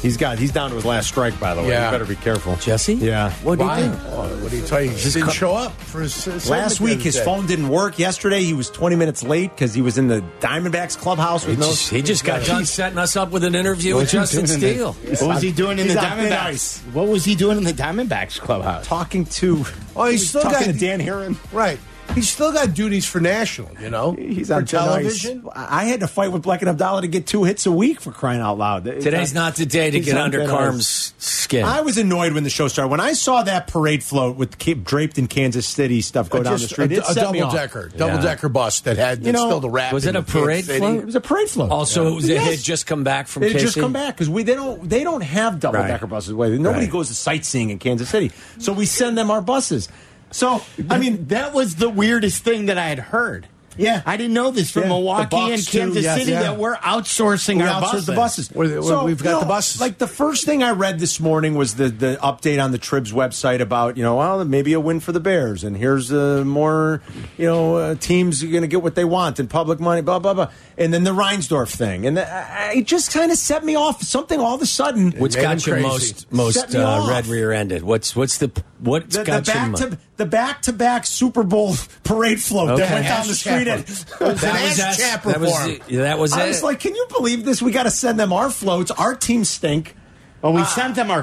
[SPEAKER 2] He's got. He's down to his last strike. By the way,
[SPEAKER 3] Yeah.
[SPEAKER 2] you better be careful, Jesse. Yeah.
[SPEAKER 3] Why? Oh, what do you tell you? He just didn't show up for his his
[SPEAKER 2] Last
[SPEAKER 3] segment
[SPEAKER 2] week,
[SPEAKER 3] the
[SPEAKER 2] his
[SPEAKER 3] other day.
[SPEAKER 2] phone didn't work. Yesterday, he was 20 minutes late because he was in the Diamondbacks clubhouse
[SPEAKER 14] He
[SPEAKER 2] with no.
[SPEAKER 14] just, he just got done setting us up with an interview
[SPEAKER 2] What
[SPEAKER 14] with
[SPEAKER 2] you
[SPEAKER 14] Justin
[SPEAKER 2] doing in
[SPEAKER 14] Steele.
[SPEAKER 2] there? What was he doing in
[SPEAKER 14] He's
[SPEAKER 2] the
[SPEAKER 14] on thin
[SPEAKER 2] Diamondbacks?
[SPEAKER 14] ice.
[SPEAKER 15] What was he doing in the Diamondbacks clubhouse?
[SPEAKER 2] Talking to.
[SPEAKER 3] Oh, he's still
[SPEAKER 15] talking
[SPEAKER 3] got
[SPEAKER 15] to Dan Heron.
[SPEAKER 3] Right. He's still got duties for national. You know,
[SPEAKER 2] He's
[SPEAKER 3] for
[SPEAKER 2] on thin ice.
[SPEAKER 3] television.
[SPEAKER 2] I I had to fight with Black and Abdallah to get two hits a week for crying out loud. It's
[SPEAKER 14] Today's not the day to
[SPEAKER 2] he's
[SPEAKER 14] get
[SPEAKER 2] on
[SPEAKER 14] under
[SPEAKER 2] thin
[SPEAKER 14] Carm's
[SPEAKER 2] ice.
[SPEAKER 14] skin.
[SPEAKER 2] I was annoyed when the show started. When I saw that parade float with ca- draped in Kansas City stuff go
[SPEAKER 3] Uh,
[SPEAKER 2] down the
[SPEAKER 3] just
[SPEAKER 2] street,
[SPEAKER 3] a-
[SPEAKER 2] it
[SPEAKER 3] a
[SPEAKER 2] set me off.
[SPEAKER 3] double-decker, double-decker bus that had- that still the wrap Was in it a the parade Kansas City. float?
[SPEAKER 2] It was a parade float.
[SPEAKER 14] Also, it was- it
[SPEAKER 2] Yes.
[SPEAKER 14] had just come back from
[SPEAKER 2] It had just
[SPEAKER 14] KC.
[SPEAKER 2] come back because we they don't they don't have double decker buses. Wait, Nobody
[SPEAKER 14] Right.
[SPEAKER 2] goes to sightseeing in Kansas City, so we send them our buses. So
[SPEAKER 15] I mean, that was the weirdest thing that I had heard.
[SPEAKER 2] Yeah,
[SPEAKER 15] I didn't know this from
[SPEAKER 2] Yeah.
[SPEAKER 15] Milwaukee
[SPEAKER 2] The Bucks,
[SPEAKER 15] and Kansas
[SPEAKER 2] too. Yes,
[SPEAKER 15] City
[SPEAKER 2] yeah.
[SPEAKER 15] that we're outsourcing
[SPEAKER 2] we
[SPEAKER 15] our
[SPEAKER 2] outsource
[SPEAKER 15] buses.
[SPEAKER 2] the buses. So, you know, Like the first thing I read this morning was the the update on the Tribs website about you know well maybe a win for the Bears and here's uh, more you know uh, teams are going to get what they want and public money blah blah blah and then the Reinsdorf thing and the, I, I- it just kind of set me off something all of a sudden
[SPEAKER 14] What's got you most most
[SPEAKER 2] Set me
[SPEAKER 14] uh,
[SPEAKER 2] off.
[SPEAKER 14] red rear-ended? What's what's the what's
[SPEAKER 2] The, the
[SPEAKER 14] got you
[SPEAKER 2] back
[SPEAKER 14] most?
[SPEAKER 2] to the back to back Super Bowl parade float
[SPEAKER 14] Okay.
[SPEAKER 2] that went down the
[SPEAKER 14] Ass
[SPEAKER 2] street.
[SPEAKER 14] chapper.
[SPEAKER 2] At,
[SPEAKER 14] That was us. That was it. Yeah, that was
[SPEAKER 2] I
[SPEAKER 14] it.
[SPEAKER 2] was like, can you believe this? We got to send them our floats. Our team stink.
[SPEAKER 15] Well, we
[SPEAKER 3] Ah.
[SPEAKER 15] sent them our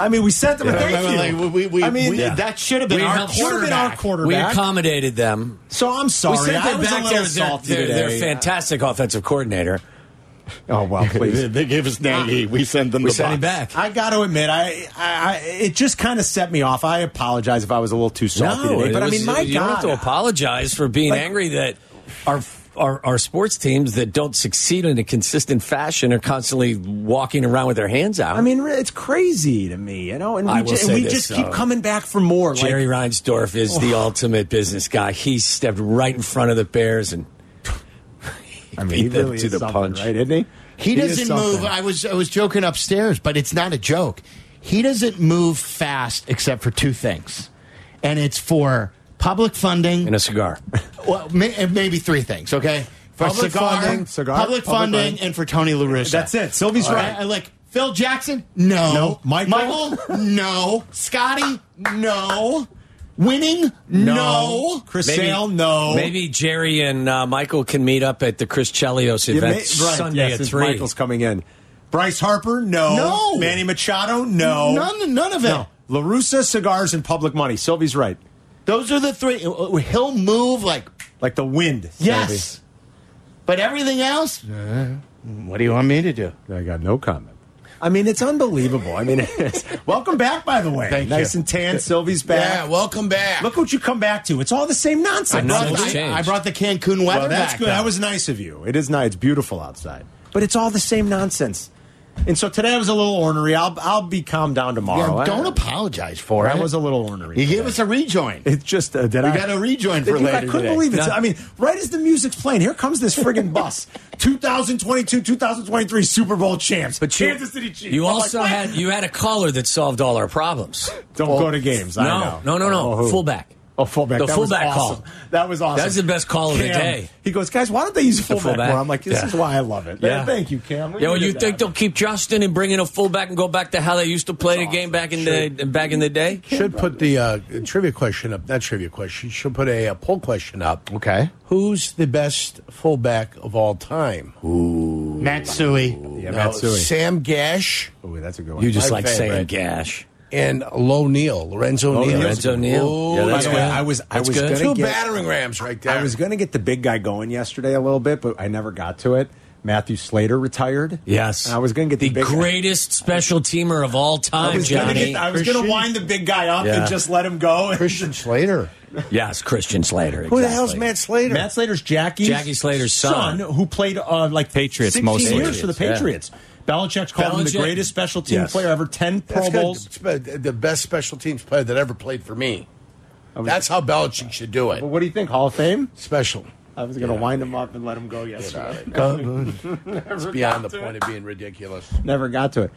[SPEAKER 2] I mean, we sent them.
[SPEAKER 15] Yeah.
[SPEAKER 2] a thank
[SPEAKER 15] Right, right,
[SPEAKER 2] you.
[SPEAKER 15] like, we- we-
[SPEAKER 2] I mean,
[SPEAKER 15] we- Yeah. that should have been
[SPEAKER 2] We
[SPEAKER 15] our
[SPEAKER 2] helped- should have been our
[SPEAKER 14] We
[SPEAKER 2] quarterback.
[SPEAKER 14] accommodated them.
[SPEAKER 2] so I'm sorry.
[SPEAKER 14] we sent
[SPEAKER 2] I
[SPEAKER 14] them
[SPEAKER 2] was
[SPEAKER 14] back
[SPEAKER 2] a little
[SPEAKER 14] there.
[SPEAKER 2] salty
[SPEAKER 14] Their, their,
[SPEAKER 2] today.
[SPEAKER 14] their fantastic offensive coordinator.
[SPEAKER 2] Oh wow!
[SPEAKER 15] They, they gave us Nagy. We sent them.
[SPEAKER 14] We
[SPEAKER 15] the
[SPEAKER 14] sent him
[SPEAKER 15] box.
[SPEAKER 14] back.
[SPEAKER 2] I got to admit, I, I, I it just kind of set me off. I apologize if I was a little too salty
[SPEAKER 14] No,
[SPEAKER 2] today. But
[SPEAKER 14] it was-
[SPEAKER 2] I mean, my
[SPEAKER 14] you
[SPEAKER 2] God,
[SPEAKER 14] don't have to apologize for being
[SPEAKER 2] Like-
[SPEAKER 14] angry that our, our our sports teams that don't succeed in a consistent fashion are constantly walking around with their hands out.
[SPEAKER 2] I mean, re- it's crazy to me, you know. And we,
[SPEAKER 14] I will
[SPEAKER 2] just, and
[SPEAKER 14] say
[SPEAKER 2] we
[SPEAKER 14] this,
[SPEAKER 2] just
[SPEAKER 14] though.
[SPEAKER 2] keep coming back for more. like-
[SPEAKER 14] Jerry Reinsdorf is
[SPEAKER 15] Oh.
[SPEAKER 14] the ultimate business guy. He stepped right in front of the Bears and
[SPEAKER 2] I
[SPEAKER 14] beat them to the punch.
[SPEAKER 2] right? Isn't he?
[SPEAKER 15] He
[SPEAKER 2] is
[SPEAKER 15] doesn't move.
[SPEAKER 2] something.
[SPEAKER 15] I was I was joking upstairs, but it's not a joke. He doesn't move fast except for two things, and it's for public funding.
[SPEAKER 14] And a cigar.
[SPEAKER 15] Well, may, and maybe three things. Okay, for
[SPEAKER 2] Public
[SPEAKER 15] cigar,
[SPEAKER 2] funding, cigar,
[SPEAKER 15] public,
[SPEAKER 2] public
[SPEAKER 15] funding,
[SPEAKER 2] funding.
[SPEAKER 15] and for Tony LaRusso.
[SPEAKER 2] That's it. Sylvie's
[SPEAKER 15] All
[SPEAKER 2] right.
[SPEAKER 15] I like Phil Jackson. No.
[SPEAKER 2] No. Michael?
[SPEAKER 15] Michael? no. Scotty. No. Winning. No.
[SPEAKER 2] Chris Sale, no.
[SPEAKER 14] Maybe Jerry and uh, Michael can meet up at the Chris Chelios
[SPEAKER 2] You
[SPEAKER 14] event
[SPEAKER 2] may- right,
[SPEAKER 14] Sunday
[SPEAKER 2] yes,
[SPEAKER 14] at
[SPEAKER 2] since
[SPEAKER 14] three.
[SPEAKER 2] Michael's coming in. Bryce Harper, no.
[SPEAKER 15] No.
[SPEAKER 2] Manny Machado, no.
[SPEAKER 15] None. None of it.
[SPEAKER 2] No. Larusa cigars and public money. Sylvie's right.
[SPEAKER 15] Those are the three. He'll move like
[SPEAKER 2] Like the wind.
[SPEAKER 15] Yes. But everything else? what do you want me to do?
[SPEAKER 2] Sylvie. I got no comment. I mean, it's unbelievable. I mean, it's, welcome back, by the way.
[SPEAKER 15] Thank
[SPEAKER 2] nice
[SPEAKER 15] you.
[SPEAKER 2] and tan. Sylvie's
[SPEAKER 3] Yeah,
[SPEAKER 2] back.
[SPEAKER 3] welcome back.
[SPEAKER 2] Look what you come back to. It's all the same
[SPEAKER 15] I
[SPEAKER 2] nonsense.
[SPEAKER 15] brought,
[SPEAKER 14] Nothing's
[SPEAKER 15] I-
[SPEAKER 14] changed.
[SPEAKER 15] I brought the Cancun weather
[SPEAKER 2] Well, that's
[SPEAKER 15] back,
[SPEAKER 2] good.
[SPEAKER 15] though.
[SPEAKER 2] That was nice of you. It is nice. It's beautiful outside, but it's all the same nonsense. And so today I was a little ornery. I'll I'll be calmed down
[SPEAKER 15] Yeah,
[SPEAKER 2] tomorrow.
[SPEAKER 15] don't
[SPEAKER 2] I-
[SPEAKER 15] apologize for
[SPEAKER 2] I
[SPEAKER 15] it.
[SPEAKER 2] was a little ornery.
[SPEAKER 15] You gave
[SPEAKER 2] today.
[SPEAKER 15] us a rejoin.
[SPEAKER 2] It's just uh, did
[SPEAKER 15] We
[SPEAKER 2] I
[SPEAKER 15] got a rejoin for
[SPEAKER 2] Dude, I
[SPEAKER 15] later
[SPEAKER 2] couldn't
[SPEAKER 15] today.
[SPEAKER 2] believe it.
[SPEAKER 14] No.
[SPEAKER 2] I mean, right as the music's playing, here comes this friggin' bus. 2022, 2023 Super Bowl champs.
[SPEAKER 14] But you,
[SPEAKER 2] Kansas City Chiefs.
[SPEAKER 14] you
[SPEAKER 2] I'm
[SPEAKER 14] also
[SPEAKER 2] like, what?
[SPEAKER 14] had you had a caller that solved all our problems.
[SPEAKER 2] don't go to games. I
[SPEAKER 14] no,
[SPEAKER 2] know.
[SPEAKER 14] no, no, no,
[SPEAKER 2] Oh, who?
[SPEAKER 14] fullback.
[SPEAKER 2] Oh, fullback.
[SPEAKER 14] The
[SPEAKER 2] That was
[SPEAKER 14] fullback
[SPEAKER 2] awesome.
[SPEAKER 14] call.
[SPEAKER 2] That was awesome.
[SPEAKER 14] That was the best call of the
[SPEAKER 2] Cam,
[SPEAKER 14] day.
[SPEAKER 2] He goes, guys, why don't they use fullback,
[SPEAKER 14] fullback.
[SPEAKER 2] more? I'm like, this
[SPEAKER 14] Yeah.
[SPEAKER 2] is why I love it.
[SPEAKER 14] Yeah.
[SPEAKER 2] Thank you, Cam. We
[SPEAKER 14] Yeah, well,
[SPEAKER 2] needed
[SPEAKER 14] you
[SPEAKER 2] that.
[SPEAKER 14] think they'll keep Justin and bring in a fullback and go back to how they used to play the game back in the back in the day?
[SPEAKER 3] Should put the uh, trivia question up. Not trivia question. Should put a, uh poll question up.
[SPEAKER 15] Okay.
[SPEAKER 3] Who's the best fullback of all time?
[SPEAKER 15] Matsui.
[SPEAKER 2] Yeah,
[SPEAKER 3] No,
[SPEAKER 2] Matsui.
[SPEAKER 3] Sam Gash
[SPEAKER 2] Ooh, that's a good one.
[SPEAKER 14] Oh, You just
[SPEAKER 3] My
[SPEAKER 14] like
[SPEAKER 3] favorite.
[SPEAKER 14] saying gash.
[SPEAKER 3] and Lo Neal, Lorenzo Neal.
[SPEAKER 14] Lorenzo Neal.
[SPEAKER 3] Oh,
[SPEAKER 14] Yeah,
[SPEAKER 2] By
[SPEAKER 14] that's
[SPEAKER 2] the
[SPEAKER 14] good.
[SPEAKER 2] way, I was I
[SPEAKER 14] That's
[SPEAKER 2] was
[SPEAKER 14] good.
[SPEAKER 2] gonna
[SPEAKER 3] Two
[SPEAKER 2] get-
[SPEAKER 3] battering rams right there.
[SPEAKER 2] I was going to get the big guy going yesterday a little bit, but I never got to it. Matthew Slater retired.
[SPEAKER 14] Yes,
[SPEAKER 2] And I was going to get the, big
[SPEAKER 14] greatest special teamer of all
[SPEAKER 2] I
[SPEAKER 14] time,
[SPEAKER 2] was gonna
[SPEAKER 14] Johnny.
[SPEAKER 2] get- I was going to wind the big guy up
[SPEAKER 14] Yeah.
[SPEAKER 2] and just let him go.
[SPEAKER 3] Christian Slater.
[SPEAKER 14] yes, Christian Slater.
[SPEAKER 3] Who the
[SPEAKER 14] exactly.
[SPEAKER 3] hell's Matt Slater?
[SPEAKER 2] Matt Slater's Jackie's
[SPEAKER 14] Jackie Slater's son.
[SPEAKER 2] who played uh, like
[SPEAKER 4] Patriots
[SPEAKER 2] 16
[SPEAKER 4] mostly.
[SPEAKER 2] years for the
[SPEAKER 14] Patriots, yeah.
[SPEAKER 2] Patriots. Belichick's called him the
[SPEAKER 14] Belichick-
[SPEAKER 2] greatest special team
[SPEAKER 14] Yes.
[SPEAKER 2] player ever. Ten
[SPEAKER 3] That's
[SPEAKER 2] Pro Bowls.
[SPEAKER 3] good. It's The best special teams player that ever played for me. That's how Belichick should do it.
[SPEAKER 2] But what do you think? Hall of Fame?
[SPEAKER 3] Special.
[SPEAKER 2] I was going to wind him up and let him go yesterday.
[SPEAKER 3] It's beyond the point of being ridiculous.
[SPEAKER 2] Never got to it.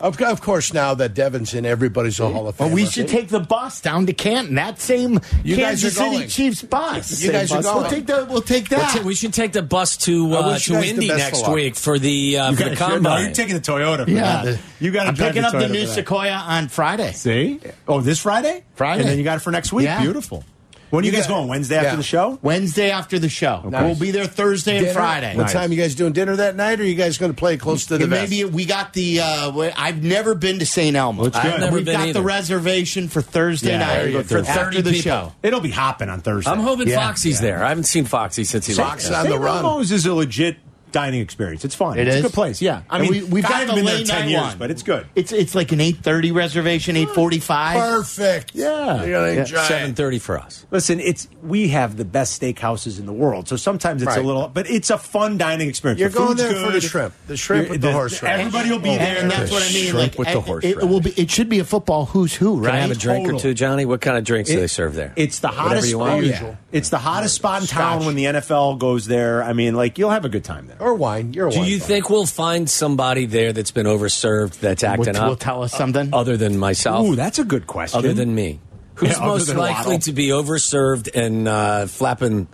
[SPEAKER 3] Of, of course, now that Devin's in, everybody's a Hall of Famer.
[SPEAKER 15] But we should take the bus down to Canton. That same
[SPEAKER 3] You guys
[SPEAKER 15] Kansas
[SPEAKER 3] are
[SPEAKER 15] City
[SPEAKER 3] going.
[SPEAKER 15] Chiefs bus.
[SPEAKER 3] You guys are
[SPEAKER 15] We'll
[SPEAKER 3] going.
[SPEAKER 15] take the. We'll take
[SPEAKER 14] We'll
[SPEAKER 15] that.
[SPEAKER 14] ta- we should take the bus to
[SPEAKER 15] I
[SPEAKER 14] uh,
[SPEAKER 15] wish you
[SPEAKER 14] to
[SPEAKER 15] guys the
[SPEAKER 14] Indy
[SPEAKER 15] best
[SPEAKER 14] next
[SPEAKER 15] of luck.
[SPEAKER 14] week for the uh,
[SPEAKER 15] You
[SPEAKER 14] for
[SPEAKER 15] guys
[SPEAKER 14] the
[SPEAKER 15] should. No,
[SPEAKER 14] combine.
[SPEAKER 15] you're
[SPEAKER 2] taking the Toyota. for
[SPEAKER 15] Yeah.
[SPEAKER 2] that. you got.
[SPEAKER 15] I'm picking up the new
[SPEAKER 2] Sequoia.
[SPEAKER 15] Sequoia on Friday.
[SPEAKER 2] See? Oh, this Friday?
[SPEAKER 15] Friday.
[SPEAKER 2] And then you got it for next week?
[SPEAKER 15] Yeah.
[SPEAKER 2] Beautiful. When are you, guys going? Wednesday after the show?
[SPEAKER 15] Wednesday after the show.
[SPEAKER 2] Nice.
[SPEAKER 15] We'll be there Thursday and
[SPEAKER 3] Dinner?
[SPEAKER 15] Friday.
[SPEAKER 3] What time you guys doing dinner that night? Or are you guys going to play close to the
[SPEAKER 15] And
[SPEAKER 3] vest?
[SPEAKER 15] maybe we got the. Uh, wh- I've never been to St. Elmo.
[SPEAKER 2] Well, it's good. I've never
[SPEAKER 15] We've
[SPEAKER 2] been
[SPEAKER 15] got
[SPEAKER 2] either.
[SPEAKER 15] the reservation for Thursday
[SPEAKER 14] Yeah, there
[SPEAKER 15] night
[SPEAKER 14] you go.
[SPEAKER 15] for
[SPEAKER 14] For 30
[SPEAKER 15] after the
[SPEAKER 14] people.
[SPEAKER 15] show.
[SPEAKER 2] It'll be hopping on Thursday.
[SPEAKER 14] I'm hoping
[SPEAKER 2] Yeah.
[SPEAKER 14] Foxy's there. I haven't seen Foxy since he
[SPEAKER 2] St.
[SPEAKER 14] left.
[SPEAKER 2] St. Elmo's is a legit dining experience. It's fun.
[SPEAKER 15] It
[SPEAKER 2] it's
[SPEAKER 15] is?
[SPEAKER 2] a good place. Yeah. I
[SPEAKER 15] And
[SPEAKER 2] mean,
[SPEAKER 15] we- we've
[SPEAKER 2] I
[SPEAKER 15] got
[SPEAKER 2] haven't
[SPEAKER 15] the
[SPEAKER 2] been there
[SPEAKER 15] late
[SPEAKER 2] 10
[SPEAKER 15] night
[SPEAKER 2] years,
[SPEAKER 15] one.
[SPEAKER 2] but it's good.
[SPEAKER 15] It's it's like an eight thirty reservation, eight forty five.
[SPEAKER 3] Perfect.
[SPEAKER 2] Yeah.
[SPEAKER 15] You're gonna enjoy it.
[SPEAKER 14] Seven thirty for us.
[SPEAKER 2] Listen, it's we have the best steakhouses in the world, so sometimes it's
[SPEAKER 3] Right.
[SPEAKER 2] a little, but it's a fun dining experience.
[SPEAKER 3] You're
[SPEAKER 2] The
[SPEAKER 3] going
[SPEAKER 2] food's
[SPEAKER 3] there for
[SPEAKER 2] good.
[SPEAKER 3] the shrimp. The shrimp
[SPEAKER 2] You're-
[SPEAKER 3] with the horseradish.
[SPEAKER 2] Everybody will be
[SPEAKER 3] Oh,
[SPEAKER 2] there.
[SPEAKER 15] And that's what I mean.
[SPEAKER 14] Shrimp
[SPEAKER 15] Like eh,
[SPEAKER 14] with the
[SPEAKER 15] it-
[SPEAKER 14] horse
[SPEAKER 15] it, will be. It should be a football who's who, right?
[SPEAKER 14] Can I have a drink
[SPEAKER 15] Total.
[SPEAKER 14] or two, Johnny? What kind of drinks do
[SPEAKER 2] It-
[SPEAKER 14] they serve there?
[SPEAKER 2] It's the
[SPEAKER 14] Whatever
[SPEAKER 2] hottest
[SPEAKER 14] you want.
[SPEAKER 2] spot. It's the hottest spot in town when the NFL goes there. I mean, like you'll have a good time there.
[SPEAKER 3] Or wine. You're a
[SPEAKER 14] Do
[SPEAKER 3] wine.
[SPEAKER 14] you think we'll find somebody there that's been overserved that's acting
[SPEAKER 15] will
[SPEAKER 14] up? Uh,
[SPEAKER 15] tell us something?
[SPEAKER 14] other than myself.
[SPEAKER 2] Ooh, that's a good question.
[SPEAKER 14] Other than me, who's
[SPEAKER 2] Yeah, other
[SPEAKER 14] most
[SPEAKER 2] than
[SPEAKER 14] likely
[SPEAKER 2] Waddle.
[SPEAKER 14] to be overserved and uh, flapping?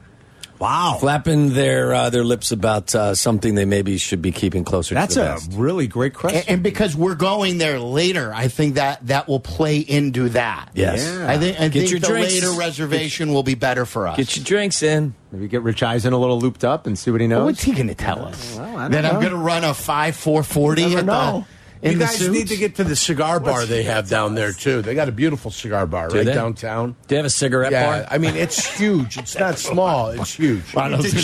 [SPEAKER 2] Wow,
[SPEAKER 14] flapping their uh, their lips about uh, something they maybe should be keeping closer.
[SPEAKER 2] That's
[SPEAKER 14] to the
[SPEAKER 2] a
[SPEAKER 14] vest.
[SPEAKER 2] really great
[SPEAKER 15] A-
[SPEAKER 2] question.
[SPEAKER 15] And, because we're going there later, I think that that will play into that.
[SPEAKER 14] Yes.
[SPEAKER 2] Yeah.
[SPEAKER 15] I think. I
[SPEAKER 14] Get
[SPEAKER 15] think
[SPEAKER 14] your
[SPEAKER 15] the
[SPEAKER 14] drinks.
[SPEAKER 15] later reservation will be better for us.
[SPEAKER 14] Get your drinks in.
[SPEAKER 2] Maybe get Rich Eisen a little looped up and see what he knows.
[SPEAKER 15] What's he going to tell us?
[SPEAKER 2] I don't
[SPEAKER 15] Then
[SPEAKER 2] know.
[SPEAKER 15] I'm going to run a five four forty.
[SPEAKER 2] You never
[SPEAKER 15] at
[SPEAKER 2] know.
[SPEAKER 15] The, in
[SPEAKER 3] you
[SPEAKER 15] the
[SPEAKER 3] guys
[SPEAKER 15] suits?
[SPEAKER 3] need to get to the cigar bar they have down there too. They got a beautiful cigar bar
[SPEAKER 14] Do
[SPEAKER 3] right
[SPEAKER 14] they?
[SPEAKER 3] downtown.
[SPEAKER 14] Do you have a cigarette
[SPEAKER 3] Yeah,
[SPEAKER 14] bar?
[SPEAKER 3] I mean it's huge. It's not small. It's huge.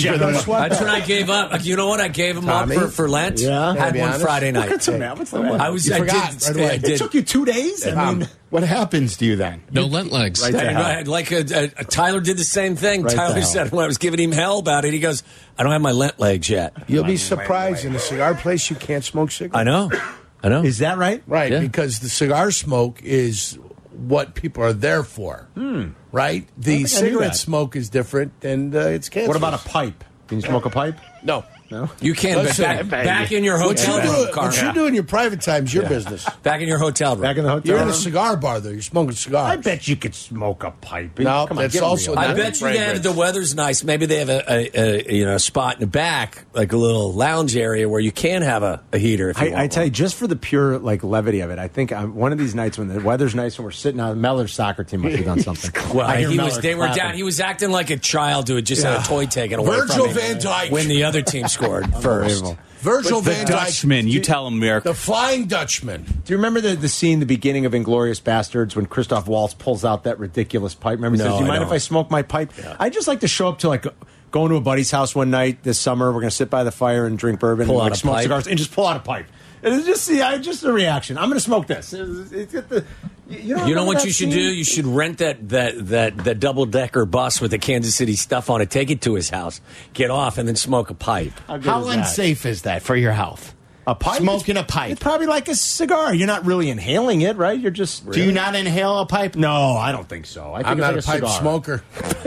[SPEAKER 14] That's when I gave up. Like, you know what? I gave them
[SPEAKER 3] Tommy?
[SPEAKER 14] up for, for Lent.
[SPEAKER 3] Yeah. Can I
[SPEAKER 14] had
[SPEAKER 3] be
[SPEAKER 14] one
[SPEAKER 3] honest?
[SPEAKER 14] Friday night.
[SPEAKER 2] Look at you, man. What's the matter?
[SPEAKER 14] I was.
[SPEAKER 3] You
[SPEAKER 14] I
[SPEAKER 3] forgot
[SPEAKER 14] did.
[SPEAKER 3] right away.
[SPEAKER 14] I
[SPEAKER 3] It
[SPEAKER 14] did.
[SPEAKER 2] It took you two days.
[SPEAKER 3] Um,
[SPEAKER 2] I mean,
[SPEAKER 15] What happens to you then?
[SPEAKER 16] No lent legs.
[SPEAKER 2] Right.
[SPEAKER 14] And I- like uh uh Tyler did the same thing.
[SPEAKER 2] Right
[SPEAKER 14] Tyler
[SPEAKER 2] the hell.
[SPEAKER 14] said when I was giving him hell about it, he goes, "I don't have my lent legs yet."
[SPEAKER 3] You'll be surprised in a cigar place you can't smoke cigarettes.
[SPEAKER 14] I know, I know.
[SPEAKER 2] is that right?
[SPEAKER 3] Right,
[SPEAKER 14] Yeah.
[SPEAKER 3] because the cigar smoke is what people are there for. Right? The
[SPEAKER 2] think Hmm. I knew
[SPEAKER 3] cigarette
[SPEAKER 2] that.
[SPEAKER 3] smoke is different and uh, it's cancer.
[SPEAKER 2] What about a pipe? Can you smoke a pipe?
[SPEAKER 3] No.
[SPEAKER 14] You can but
[SPEAKER 3] Listen,
[SPEAKER 14] back, back in your
[SPEAKER 3] What
[SPEAKER 14] hotel
[SPEAKER 3] you,
[SPEAKER 14] room,
[SPEAKER 3] do, what you
[SPEAKER 14] Carmen.
[SPEAKER 3] do in your private time is your business.
[SPEAKER 14] Back in your hotel room.
[SPEAKER 2] Back in the hotel.
[SPEAKER 3] You're in a
[SPEAKER 2] room?
[SPEAKER 3] cigar bar, though. You're smoking cigars.
[SPEAKER 2] I bet you could smoke a pipe.
[SPEAKER 3] No,
[SPEAKER 2] Come on,
[SPEAKER 3] that's
[SPEAKER 2] get
[SPEAKER 3] also
[SPEAKER 2] real.
[SPEAKER 3] not
[SPEAKER 14] I bet you that if the weather's nice, maybe they have a, a, a you know spot in the back, like a little lounge area where you can have a, a heater. If you want
[SPEAKER 2] I, I tell
[SPEAKER 14] one.
[SPEAKER 2] you, just for the pure like levity of it, I think i one of these nights when the weather's nice and we're sitting on Meller's soccer team must have done something.
[SPEAKER 14] Well,
[SPEAKER 2] I hear
[SPEAKER 14] he was.
[SPEAKER 2] Mellor
[SPEAKER 14] They were
[SPEAKER 2] clapping.
[SPEAKER 14] down. He was acting like a child who had just had a toy taken away
[SPEAKER 3] Virgil
[SPEAKER 14] from
[SPEAKER 3] van
[SPEAKER 14] him
[SPEAKER 3] Dijk.
[SPEAKER 14] when the other team scored first.
[SPEAKER 2] Unbelievable.
[SPEAKER 3] Virgil
[SPEAKER 16] The
[SPEAKER 3] van Dyke,
[SPEAKER 16] Dutchman. You tell him, Merrick.
[SPEAKER 3] the Flying Dutchman.
[SPEAKER 2] Do you remember the, the scene, the beginning of Inglorious Bastards, when Christoph Waltz pulls out that ridiculous pipe? Remember, he
[SPEAKER 14] No,
[SPEAKER 2] says, Do you
[SPEAKER 14] I
[SPEAKER 2] mind
[SPEAKER 14] don't.
[SPEAKER 2] if I smoke my pipe? I'd just like to show up to like going to a buddy's house one night this summer. We're going to sit by the fire and drink bourbon
[SPEAKER 14] Pull
[SPEAKER 2] and
[SPEAKER 14] out
[SPEAKER 2] like,
[SPEAKER 14] a
[SPEAKER 2] smoke
[SPEAKER 14] pipe.
[SPEAKER 2] cigars and just pull out a pipe. And it's just see, I just the reaction. I'm going to smoke this. It's- it's- it's the- you,
[SPEAKER 14] You know
[SPEAKER 2] remember
[SPEAKER 14] what
[SPEAKER 2] that
[SPEAKER 14] you should
[SPEAKER 2] scene?
[SPEAKER 14] do? You should rent that that that that double decker bus with the Kansas City stuff on it. Take it to his house, get off, and then smoke a pipe.
[SPEAKER 2] good
[SPEAKER 15] How
[SPEAKER 2] is that?
[SPEAKER 15] unsafe is that for your health?
[SPEAKER 2] A pipe?
[SPEAKER 15] Smoking a pipe.
[SPEAKER 2] It's probably like a cigar. You're not really inhaling it, right? You're just.
[SPEAKER 15] Do you not inhale a pipe?
[SPEAKER 2] No, I don't think so. I think
[SPEAKER 3] I'm
[SPEAKER 2] it's
[SPEAKER 3] not
[SPEAKER 2] like
[SPEAKER 3] a pipe
[SPEAKER 2] cigar.
[SPEAKER 3] smoker.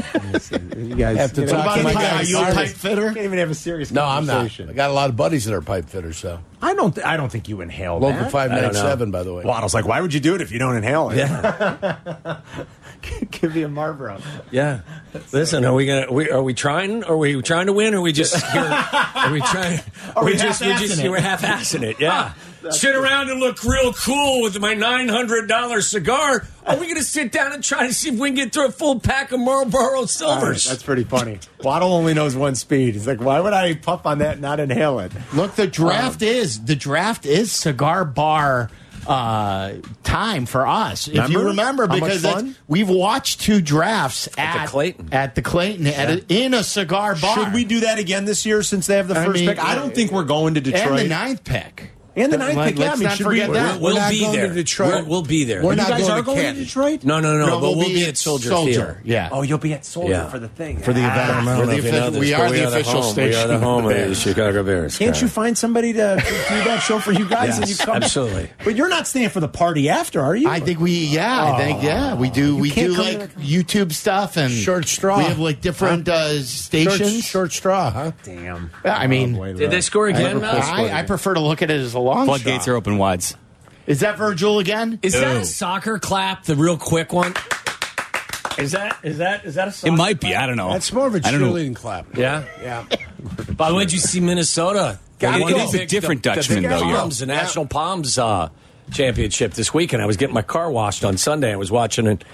[SPEAKER 2] You guys
[SPEAKER 3] Have to
[SPEAKER 2] you know,
[SPEAKER 3] talk
[SPEAKER 2] about
[SPEAKER 3] to
[SPEAKER 2] a
[SPEAKER 3] my
[SPEAKER 2] pipe-
[SPEAKER 3] guy.
[SPEAKER 2] Are you a pipe
[SPEAKER 3] Artist.
[SPEAKER 2] fitter? Can't even have a serious
[SPEAKER 3] No, I'm not.
[SPEAKER 2] conversation.
[SPEAKER 3] I got a lot of buddies that are pipe fitters, though.
[SPEAKER 2] I don't. Th- I don't think you inhale.
[SPEAKER 3] Local
[SPEAKER 2] that.
[SPEAKER 3] five
[SPEAKER 14] I
[SPEAKER 3] nine
[SPEAKER 14] don't
[SPEAKER 3] seven,
[SPEAKER 14] know.
[SPEAKER 3] by the way.
[SPEAKER 2] Waddle's like, why would you do it if you don't inhale it? Give me a Marlboro.
[SPEAKER 14] Yeah. Listen, are we gonna? We, are we trying? Are we trying to win? Or are we just? Here, are we trying?
[SPEAKER 2] Are we
[SPEAKER 14] just? We
[SPEAKER 2] half-assing
[SPEAKER 14] just?
[SPEAKER 2] it?
[SPEAKER 14] We're half-assing it. Yeah. sit around and look real cool with my nine hundred dollar cigar. Are we gonna sit down and try to see if we can get through a full pack of Marlboro Silvers?
[SPEAKER 2] That's pretty funny. Waddle only knows one speed. He's like, why would I puff on that and not inhale it? Um,
[SPEAKER 15] Look, the draft is the draft is cigar bar uh, time for us. If you
[SPEAKER 2] Remember?
[SPEAKER 15] remember,
[SPEAKER 2] How much
[SPEAKER 15] because that's-
[SPEAKER 2] fun?
[SPEAKER 15] we've watched two drafts at,
[SPEAKER 14] the Clayton.
[SPEAKER 15] at the Clayton at a, in a cigar bar.
[SPEAKER 2] Should we do that again this year since they have the
[SPEAKER 15] I
[SPEAKER 2] first
[SPEAKER 15] mean,
[SPEAKER 2] pick? I don't think we're going to Detroit.
[SPEAKER 15] and the ninth pick?
[SPEAKER 2] And the ninth
[SPEAKER 15] Like,
[SPEAKER 2] pick, yeah,
[SPEAKER 15] let's
[SPEAKER 2] I mean,
[SPEAKER 15] not
[SPEAKER 2] should we-
[SPEAKER 15] forget that.
[SPEAKER 14] We'll
[SPEAKER 3] We're not
[SPEAKER 14] be
[SPEAKER 3] going
[SPEAKER 14] there.
[SPEAKER 3] to Detroit.
[SPEAKER 14] We're- we'll be there.
[SPEAKER 3] We're
[SPEAKER 2] you
[SPEAKER 3] not
[SPEAKER 2] guys
[SPEAKER 3] going
[SPEAKER 2] are
[SPEAKER 3] to
[SPEAKER 2] going
[SPEAKER 3] Canton.
[SPEAKER 2] to Detroit?
[SPEAKER 14] no, no, no,
[SPEAKER 15] No,
[SPEAKER 14] But we'll,
[SPEAKER 15] we'll
[SPEAKER 14] be,
[SPEAKER 15] be
[SPEAKER 14] at
[SPEAKER 15] at
[SPEAKER 14] Soldier,
[SPEAKER 15] Soldier,
[SPEAKER 14] Field.
[SPEAKER 15] yeah.
[SPEAKER 2] Oh, you'll be at Soldier
[SPEAKER 14] Yeah.
[SPEAKER 2] for the thing. Ah.
[SPEAKER 15] For the event, I don't know
[SPEAKER 14] We're
[SPEAKER 15] if you know this, but we are the
[SPEAKER 14] home.
[SPEAKER 15] official
[SPEAKER 14] We are the
[SPEAKER 15] station of
[SPEAKER 14] home of
[SPEAKER 15] the
[SPEAKER 14] the
[SPEAKER 15] Bears.
[SPEAKER 14] Chicago Bears.
[SPEAKER 2] Can't you
[SPEAKER 14] Carmen.
[SPEAKER 2] find somebody to do that show for you guys? and you
[SPEAKER 14] Yes,
[SPEAKER 2] come
[SPEAKER 14] absolutely.
[SPEAKER 2] But you're not staying for the party after, are you?
[SPEAKER 15] I think we, yeah, I think, yeah, we do. We
[SPEAKER 2] can't
[SPEAKER 15] do
[SPEAKER 2] come
[SPEAKER 15] like YouTube stuff and
[SPEAKER 3] Short straw.
[SPEAKER 15] We have like different uh,
[SPEAKER 3] Short,
[SPEAKER 15] stations.
[SPEAKER 3] short straw, huh?
[SPEAKER 2] Damn.
[SPEAKER 15] I mean,
[SPEAKER 2] Boy,
[SPEAKER 14] Oh, Did they score again? Mel?
[SPEAKER 15] I, I prefer to look at it as a long.
[SPEAKER 16] Floodgates
[SPEAKER 15] shot.
[SPEAKER 16] are open wides.
[SPEAKER 15] Is that Virgil again?
[SPEAKER 14] Is that
[SPEAKER 15] No.
[SPEAKER 14] a soccer clap? The real quick one. Is that is that is that a? Soccer
[SPEAKER 15] It might be,
[SPEAKER 14] clap?
[SPEAKER 15] I don't know.
[SPEAKER 3] That's more of a
[SPEAKER 14] I don't know.
[SPEAKER 3] cheerleading clap.
[SPEAKER 14] Yeah.
[SPEAKER 3] Yeah.
[SPEAKER 14] By the way, did you see Minnesota?
[SPEAKER 3] Gotta
[SPEAKER 14] They won
[SPEAKER 3] go.
[SPEAKER 14] the
[SPEAKER 3] It's a
[SPEAKER 14] big-
[SPEAKER 3] different
[SPEAKER 14] the-
[SPEAKER 3] Dutchman,
[SPEAKER 14] the big
[SPEAKER 2] Oh,
[SPEAKER 3] though, yo.
[SPEAKER 14] Palms, the National Palms uh, Championship this week, and I was getting my car washed on Sunday. I was watching it. It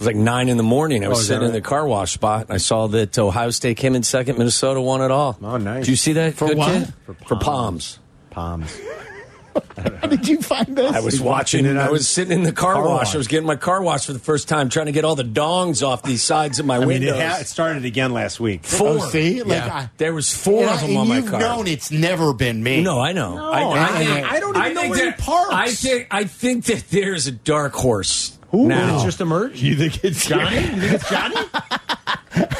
[SPEAKER 14] was like nine in the morning. I was
[SPEAKER 15] Oh, is that
[SPEAKER 14] sitting in the
[SPEAKER 15] right?
[SPEAKER 14] car wash spot, and I saw that Ohio State came in second. Minnesota won it all. Oh, nice! Did you see that?
[SPEAKER 15] For
[SPEAKER 14] good
[SPEAKER 15] what?
[SPEAKER 14] kid? For, palms.
[SPEAKER 2] Palms.
[SPEAKER 15] How did you find this?
[SPEAKER 14] I was watching.
[SPEAKER 15] it.
[SPEAKER 14] I was sitting in the car,
[SPEAKER 15] car
[SPEAKER 14] wash.
[SPEAKER 15] wash.
[SPEAKER 14] I was getting my car washed for the first time, trying to get all the dongs off the sides of my
[SPEAKER 2] I mean,
[SPEAKER 14] windows.
[SPEAKER 2] it, ha- it started again last week.
[SPEAKER 14] Four.
[SPEAKER 15] Oh, see? Like,
[SPEAKER 14] Yeah.
[SPEAKER 15] I-
[SPEAKER 14] there was four
[SPEAKER 15] Yeah,
[SPEAKER 14] of them
[SPEAKER 15] and
[SPEAKER 14] on my
[SPEAKER 15] you've
[SPEAKER 14] car.
[SPEAKER 15] known it's never been me.
[SPEAKER 14] No, I know.
[SPEAKER 15] No,
[SPEAKER 14] I,
[SPEAKER 15] I-
[SPEAKER 14] think-
[SPEAKER 15] I don't even know
[SPEAKER 14] think
[SPEAKER 15] where he
[SPEAKER 14] that-
[SPEAKER 15] parks.
[SPEAKER 14] I think I think that there's a dark horse.
[SPEAKER 2] Who
[SPEAKER 14] now.
[SPEAKER 2] It's just emerged? You think it's
[SPEAKER 14] Johnny?
[SPEAKER 2] You think it's Johnny?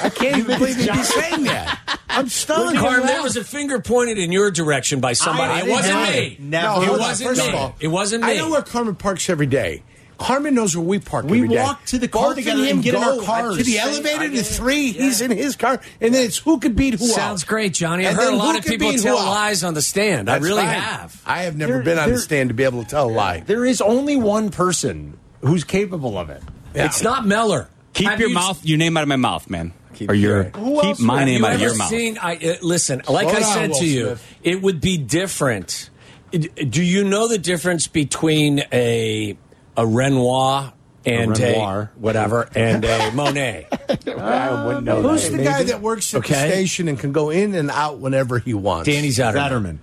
[SPEAKER 2] I can't even believe you'd be saying that. I'm stunned.
[SPEAKER 14] Carm, there was a finger pointed in your direction by somebody.
[SPEAKER 3] I
[SPEAKER 14] it
[SPEAKER 3] didn't
[SPEAKER 14] wasn't
[SPEAKER 3] have
[SPEAKER 14] me.
[SPEAKER 3] it. No, hold
[SPEAKER 14] it
[SPEAKER 3] on.
[SPEAKER 14] wasn't
[SPEAKER 3] First
[SPEAKER 14] me.
[SPEAKER 3] of all,
[SPEAKER 14] it wasn't me.
[SPEAKER 3] I know where Carmen parks every day. Carmen knows where we park.
[SPEAKER 2] We
[SPEAKER 3] every day.
[SPEAKER 2] walk to the car
[SPEAKER 3] Both
[SPEAKER 2] together
[SPEAKER 3] of
[SPEAKER 2] and
[SPEAKER 3] them
[SPEAKER 2] get in
[SPEAKER 3] go
[SPEAKER 2] our cars.
[SPEAKER 3] to the
[SPEAKER 2] Same- I
[SPEAKER 3] elevator to
[SPEAKER 2] get it.
[SPEAKER 3] three. He's in his car, and then it's who could beat who.
[SPEAKER 14] Sounds
[SPEAKER 3] out.
[SPEAKER 14] great, Johnny. I've
[SPEAKER 3] And
[SPEAKER 14] heard
[SPEAKER 3] then
[SPEAKER 14] a lot
[SPEAKER 3] who
[SPEAKER 14] of
[SPEAKER 3] could
[SPEAKER 14] people
[SPEAKER 3] beat who
[SPEAKER 14] tell
[SPEAKER 3] out.
[SPEAKER 14] lies on the stand. I
[SPEAKER 3] That's
[SPEAKER 14] really
[SPEAKER 3] fine.
[SPEAKER 14] have.
[SPEAKER 3] I have never
[SPEAKER 2] There-
[SPEAKER 3] been on
[SPEAKER 2] there-
[SPEAKER 3] the stand to be able to tell a lie.
[SPEAKER 2] There is only one person who's capable of it.
[SPEAKER 14] It's not Meller.
[SPEAKER 16] Keep
[SPEAKER 14] Have
[SPEAKER 16] your
[SPEAKER 14] you-
[SPEAKER 16] mouth, your name out of my mouth, man. or your
[SPEAKER 14] Who
[SPEAKER 16] keep
[SPEAKER 14] else
[SPEAKER 16] my
[SPEAKER 14] would-
[SPEAKER 16] name out
[SPEAKER 14] have
[SPEAKER 16] of
[SPEAKER 14] you
[SPEAKER 16] your
[SPEAKER 14] ever
[SPEAKER 16] mouth.
[SPEAKER 14] Seen, I, uh, listen, like
[SPEAKER 16] Slow
[SPEAKER 14] I
[SPEAKER 16] down,
[SPEAKER 14] said
[SPEAKER 16] Will
[SPEAKER 14] to you,
[SPEAKER 16] Smith.
[SPEAKER 14] it would be different. It- Do you know the difference between a a Renoir and a,
[SPEAKER 2] Renoir.
[SPEAKER 14] whatever and a Monet?
[SPEAKER 3] I wouldn't know. Who's the guy that works at
[SPEAKER 14] Okay.
[SPEAKER 3] the station and can go in and out whenever he wants?
[SPEAKER 14] Danny Zetterman.
[SPEAKER 2] Zetterman.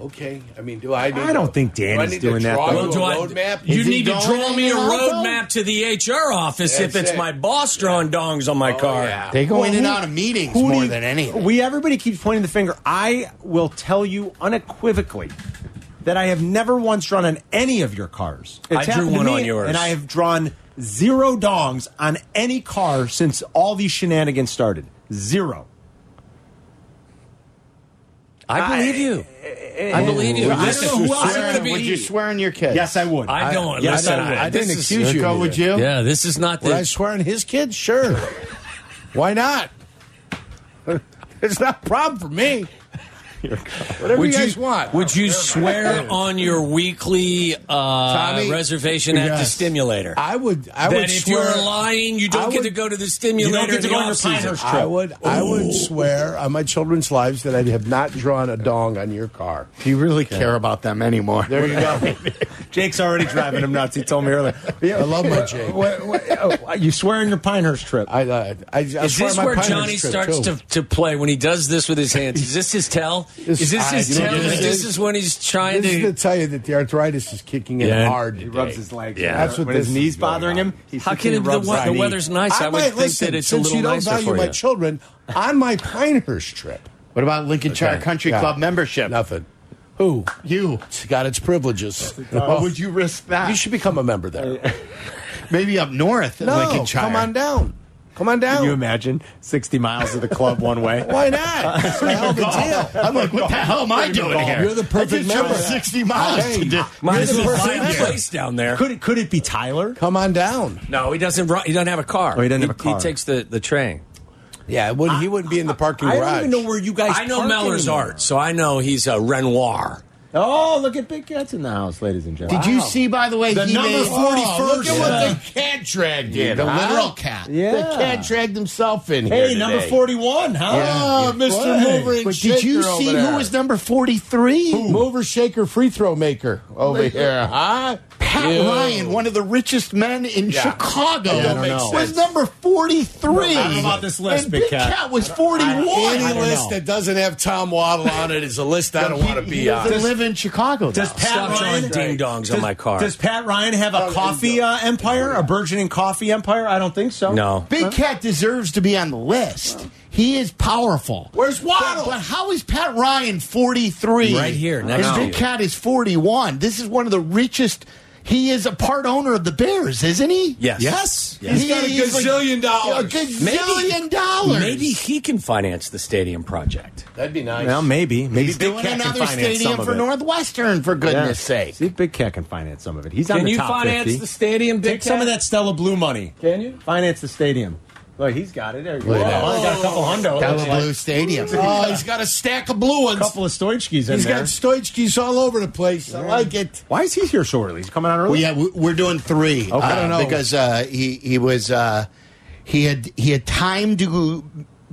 [SPEAKER 3] Okay, I mean, do I? Need
[SPEAKER 2] I don't think
[SPEAKER 3] do I
[SPEAKER 2] Danny's
[SPEAKER 3] need to
[SPEAKER 2] doing that.
[SPEAKER 3] draw
[SPEAKER 2] though.
[SPEAKER 3] you a roadmap?
[SPEAKER 14] You
[SPEAKER 3] Is he
[SPEAKER 14] need to
[SPEAKER 3] going
[SPEAKER 14] draw me
[SPEAKER 3] in
[SPEAKER 14] a
[SPEAKER 3] and out, though?
[SPEAKER 14] roadmap to the HR office if
[SPEAKER 3] That's
[SPEAKER 14] it's
[SPEAKER 3] it. Oh,
[SPEAKER 14] my boss drawing dongs on my car.
[SPEAKER 15] They go in and
[SPEAKER 2] who-
[SPEAKER 15] out of meetings
[SPEAKER 2] who do
[SPEAKER 15] more
[SPEAKER 2] you-
[SPEAKER 15] than anything.
[SPEAKER 2] We everybody keeps pointing the finger. I will tell you unequivocally that I have never once drawn on any of your cars.
[SPEAKER 14] I drew
[SPEAKER 2] happened to
[SPEAKER 14] one
[SPEAKER 2] me,
[SPEAKER 14] on yours.
[SPEAKER 2] and I have drawn zero dongs on any car since all these shenanigans started. Zero.
[SPEAKER 14] I believe you. I believe you.
[SPEAKER 15] Would you,
[SPEAKER 14] Listen, who else it could
[SPEAKER 15] swear,
[SPEAKER 14] be?
[SPEAKER 15] would you swear on your kids?
[SPEAKER 2] Yes, I would.
[SPEAKER 14] I don't. listen,
[SPEAKER 3] I, I
[SPEAKER 14] this
[SPEAKER 3] didn't
[SPEAKER 14] is-
[SPEAKER 3] accuse you.
[SPEAKER 15] Go,
[SPEAKER 3] of
[SPEAKER 15] would
[SPEAKER 3] it.
[SPEAKER 15] you?
[SPEAKER 14] Yeah, this is not
[SPEAKER 3] Would I
[SPEAKER 14] the.
[SPEAKER 3] swear on his kid? Sure. Why not? It's not a problem for me. Whatever you
[SPEAKER 14] Would you-
[SPEAKER 3] guys want.
[SPEAKER 14] Would you swear on your weekly uh,
[SPEAKER 3] Tommy?
[SPEAKER 14] reservation at the
[SPEAKER 3] Yes.
[SPEAKER 14] stimulator?
[SPEAKER 3] I would. I
[SPEAKER 14] that
[SPEAKER 3] would
[SPEAKER 14] if
[SPEAKER 3] swear.
[SPEAKER 14] you're lying, you don't
[SPEAKER 3] I
[SPEAKER 14] get
[SPEAKER 3] would-
[SPEAKER 14] to go to the stimulator. in the off season.
[SPEAKER 3] I would. I would swear on my children's lives that I have not drawn a dong on your car.
[SPEAKER 15] Do you really care about them anymore?
[SPEAKER 3] There you go.
[SPEAKER 2] Jake's already driving him nuts. He told me earlier. Yeah,
[SPEAKER 3] I love my Jake.
[SPEAKER 2] What- what- oh, you swear in your Pinehurst trip.
[SPEAKER 3] I, uh, I, I
[SPEAKER 14] Is
[SPEAKER 3] swear
[SPEAKER 14] this
[SPEAKER 3] on my
[SPEAKER 14] where
[SPEAKER 3] Pinehurst
[SPEAKER 14] Johnny
[SPEAKER 3] trip,
[SPEAKER 14] starts
[SPEAKER 3] too.
[SPEAKER 14] to, to play when he does this with his hands? Is this his tell?
[SPEAKER 3] This-
[SPEAKER 14] is this
[SPEAKER 3] I-
[SPEAKER 14] his
[SPEAKER 3] you know
[SPEAKER 14] tell?
[SPEAKER 3] what
[SPEAKER 14] This,
[SPEAKER 3] this
[SPEAKER 14] this
[SPEAKER 3] is?
[SPEAKER 14] is when he's trying
[SPEAKER 3] This is to
[SPEAKER 14] to.
[SPEAKER 3] tell you that the arthritis is kicking in
[SPEAKER 14] Yeah.
[SPEAKER 3] hard.
[SPEAKER 2] He
[SPEAKER 3] today.
[SPEAKER 2] rubs his legs.
[SPEAKER 3] Yeah. That's what
[SPEAKER 2] when his
[SPEAKER 3] this
[SPEAKER 2] knees
[SPEAKER 3] is going
[SPEAKER 2] bothering
[SPEAKER 3] on.
[SPEAKER 2] him. he
[SPEAKER 14] How
[SPEAKER 2] sits
[SPEAKER 14] can
[SPEAKER 2] and
[SPEAKER 14] it-
[SPEAKER 2] rubs
[SPEAKER 14] the-
[SPEAKER 2] his
[SPEAKER 14] the
[SPEAKER 2] knee.
[SPEAKER 14] weather's nice? I would
[SPEAKER 3] might
[SPEAKER 14] think that
[SPEAKER 3] listen,
[SPEAKER 14] it's a
[SPEAKER 3] since
[SPEAKER 14] little
[SPEAKER 3] you don't
[SPEAKER 14] nicer
[SPEAKER 3] value
[SPEAKER 14] for
[SPEAKER 3] my
[SPEAKER 14] you.
[SPEAKER 3] children on my Pinehurst trip.
[SPEAKER 15] What about Lincolnshire
[SPEAKER 3] Okay.
[SPEAKER 15] Country
[SPEAKER 3] Yeah.
[SPEAKER 15] Club membership?
[SPEAKER 3] Nothing. Who?
[SPEAKER 15] You.
[SPEAKER 3] It's got its privileges.
[SPEAKER 15] Or would you risk that?
[SPEAKER 3] You should become a member there.
[SPEAKER 15] Maybe up north, in
[SPEAKER 3] No,
[SPEAKER 15] Lincolnshire.
[SPEAKER 3] come on down. Come on
[SPEAKER 2] Can you
[SPEAKER 3] down.
[SPEAKER 2] imagine sixty miles of the club one way?
[SPEAKER 3] Why not? It's a hell of a deal.
[SPEAKER 15] I'm like, what the hell am I doing here?
[SPEAKER 3] You're the perfect
[SPEAKER 15] I just drove
[SPEAKER 3] member.
[SPEAKER 15] 60 miles
[SPEAKER 3] Hey,
[SPEAKER 15] to do.
[SPEAKER 14] Might as
[SPEAKER 3] You're the
[SPEAKER 14] well
[SPEAKER 3] person
[SPEAKER 14] find a
[SPEAKER 3] there.
[SPEAKER 14] place down there.
[SPEAKER 2] Could it, could it be Tyler?
[SPEAKER 3] Come on down.
[SPEAKER 14] no, he doesn't. ri- He doesn't have a car.
[SPEAKER 2] Oh, he doesn't have a car.
[SPEAKER 14] He takes the, the train.
[SPEAKER 3] Yeah, it wouldn't, he wouldn't be in the parking
[SPEAKER 2] I
[SPEAKER 3] garage.
[SPEAKER 2] don't even know where you guys.
[SPEAKER 14] I know
[SPEAKER 2] park
[SPEAKER 14] Mellor's
[SPEAKER 2] anymore.
[SPEAKER 14] art, so I know he's a Renoir.
[SPEAKER 2] Oh, look at Big Cat's in the house, ladies and gentlemen.
[SPEAKER 15] Did you see, by the way,
[SPEAKER 2] The
[SPEAKER 15] he
[SPEAKER 2] number
[SPEAKER 15] made,
[SPEAKER 2] 41st.
[SPEAKER 15] Look at
[SPEAKER 2] Yeah.
[SPEAKER 15] what the cat dragged in. The
[SPEAKER 2] Huh?
[SPEAKER 15] literal cat.
[SPEAKER 2] Yeah.
[SPEAKER 15] The cat dragged himself in here.
[SPEAKER 2] Hey, number
[SPEAKER 15] today.
[SPEAKER 2] forty-one, huh?
[SPEAKER 15] Oh, Mr. Mover and
[SPEAKER 2] But
[SPEAKER 15] Shaker
[SPEAKER 2] did you
[SPEAKER 15] over
[SPEAKER 2] see
[SPEAKER 15] there.
[SPEAKER 2] who was
[SPEAKER 15] number 43?
[SPEAKER 3] Mover, shaker, free throw maker over here, huh?
[SPEAKER 15] Pat
[SPEAKER 3] Ew.
[SPEAKER 15] Ryan, one of the richest men in
[SPEAKER 3] Yeah.
[SPEAKER 15] Chicago,
[SPEAKER 3] Yeah, I don't know.
[SPEAKER 15] was number 43.
[SPEAKER 2] I don't know about this list,
[SPEAKER 15] and
[SPEAKER 2] Big
[SPEAKER 15] Big,
[SPEAKER 2] Cat.
[SPEAKER 15] Cat. was 41.
[SPEAKER 2] I
[SPEAKER 3] Any
[SPEAKER 2] don't
[SPEAKER 3] list
[SPEAKER 2] know.
[SPEAKER 3] that doesn't have Tom Waddle on it is a list I don't want to
[SPEAKER 15] he
[SPEAKER 3] be on.
[SPEAKER 15] doesn't live in Chicago.
[SPEAKER 2] Does
[SPEAKER 15] though.
[SPEAKER 2] Pat
[SPEAKER 14] Stop
[SPEAKER 2] Ryan
[SPEAKER 14] drawing ding dongs on
[SPEAKER 2] does-
[SPEAKER 14] my car.
[SPEAKER 2] Does Pat Ryan have a coffee uh, empire, a burgeoning coffee empire? I don't think so.
[SPEAKER 14] No.
[SPEAKER 15] Big Cat deserves to be on the list. He is powerful.
[SPEAKER 3] Where's
[SPEAKER 15] But,
[SPEAKER 3] Waddle?
[SPEAKER 15] but how is Pat Ryan 43?
[SPEAKER 14] Right here, next
[SPEAKER 15] And
[SPEAKER 14] to
[SPEAKER 15] Big
[SPEAKER 14] you.
[SPEAKER 15] Cat is 41. This is one of the richest. He is a part owner of the Bears, isn't he?
[SPEAKER 14] Yes.
[SPEAKER 2] Yes.
[SPEAKER 15] He's
[SPEAKER 3] got a gazillion dollars.
[SPEAKER 15] A gazillion dollars.
[SPEAKER 14] Maybe he can finance the stadium project.
[SPEAKER 3] That'd be nice.
[SPEAKER 2] Well, maybe. Maybe
[SPEAKER 15] He's
[SPEAKER 2] Big
[SPEAKER 15] doing
[SPEAKER 2] Cat can
[SPEAKER 15] another
[SPEAKER 2] finance
[SPEAKER 15] stadium
[SPEAKER 2] some
[SPEAKER 15] for
[SPEAKER 2] of it.
[SPEAKER 15] Northwestern, for
[SPEAKER 2] Yeah.
[SPEAKER 15] goodness sake.
[SPEAKER 2] See, if Big Cat can finance some of it. He's on
[SPEAKER 14] Can
[SPEAKER 2] the
[SPEAKER 14] you
[SPEAKER 2] top
[SPEAKER 14] finance
[SPEAKER 2] 50.
[SPEAKER 14] the stadium? Big
[SPEAKER 2] Take some
[SPEAKER 14] Cat?
[SPEAKER 2] of that Stella Blue money.
[SPEAKER 14] Can you?
[SPEAKER 2] Finance the stadium. Look, he's got it. There you go.
[SPEAKER 15] Look at that.
[SPEAKER 2] Oh, he got a couple hundo.
[SPEAKER 15] That
[SPEAKER 2] Looks
[SPEAKER 15] blue stadium.
[SPEAKER 3] Oh, he's got a stack of blue ones. A
[SPEAKER 2] couple of Stoichkis in
[SPEAKER 3] He's
[SPEAKER 2] there.
[SPEAKER 3] got Stoichkis all over the place. I like it.
[SPEAKER 2] Why is he here so early? He's coming out early.
[SPEAKER 15] Well, yeah, we- we're doing three.
[SPEAKER 2] Okay.
[SPEAKER 15] uh,
[SPEAKER 2] I don't know.
[SPEAKER 15] because uh, he he was uh, he had he had time to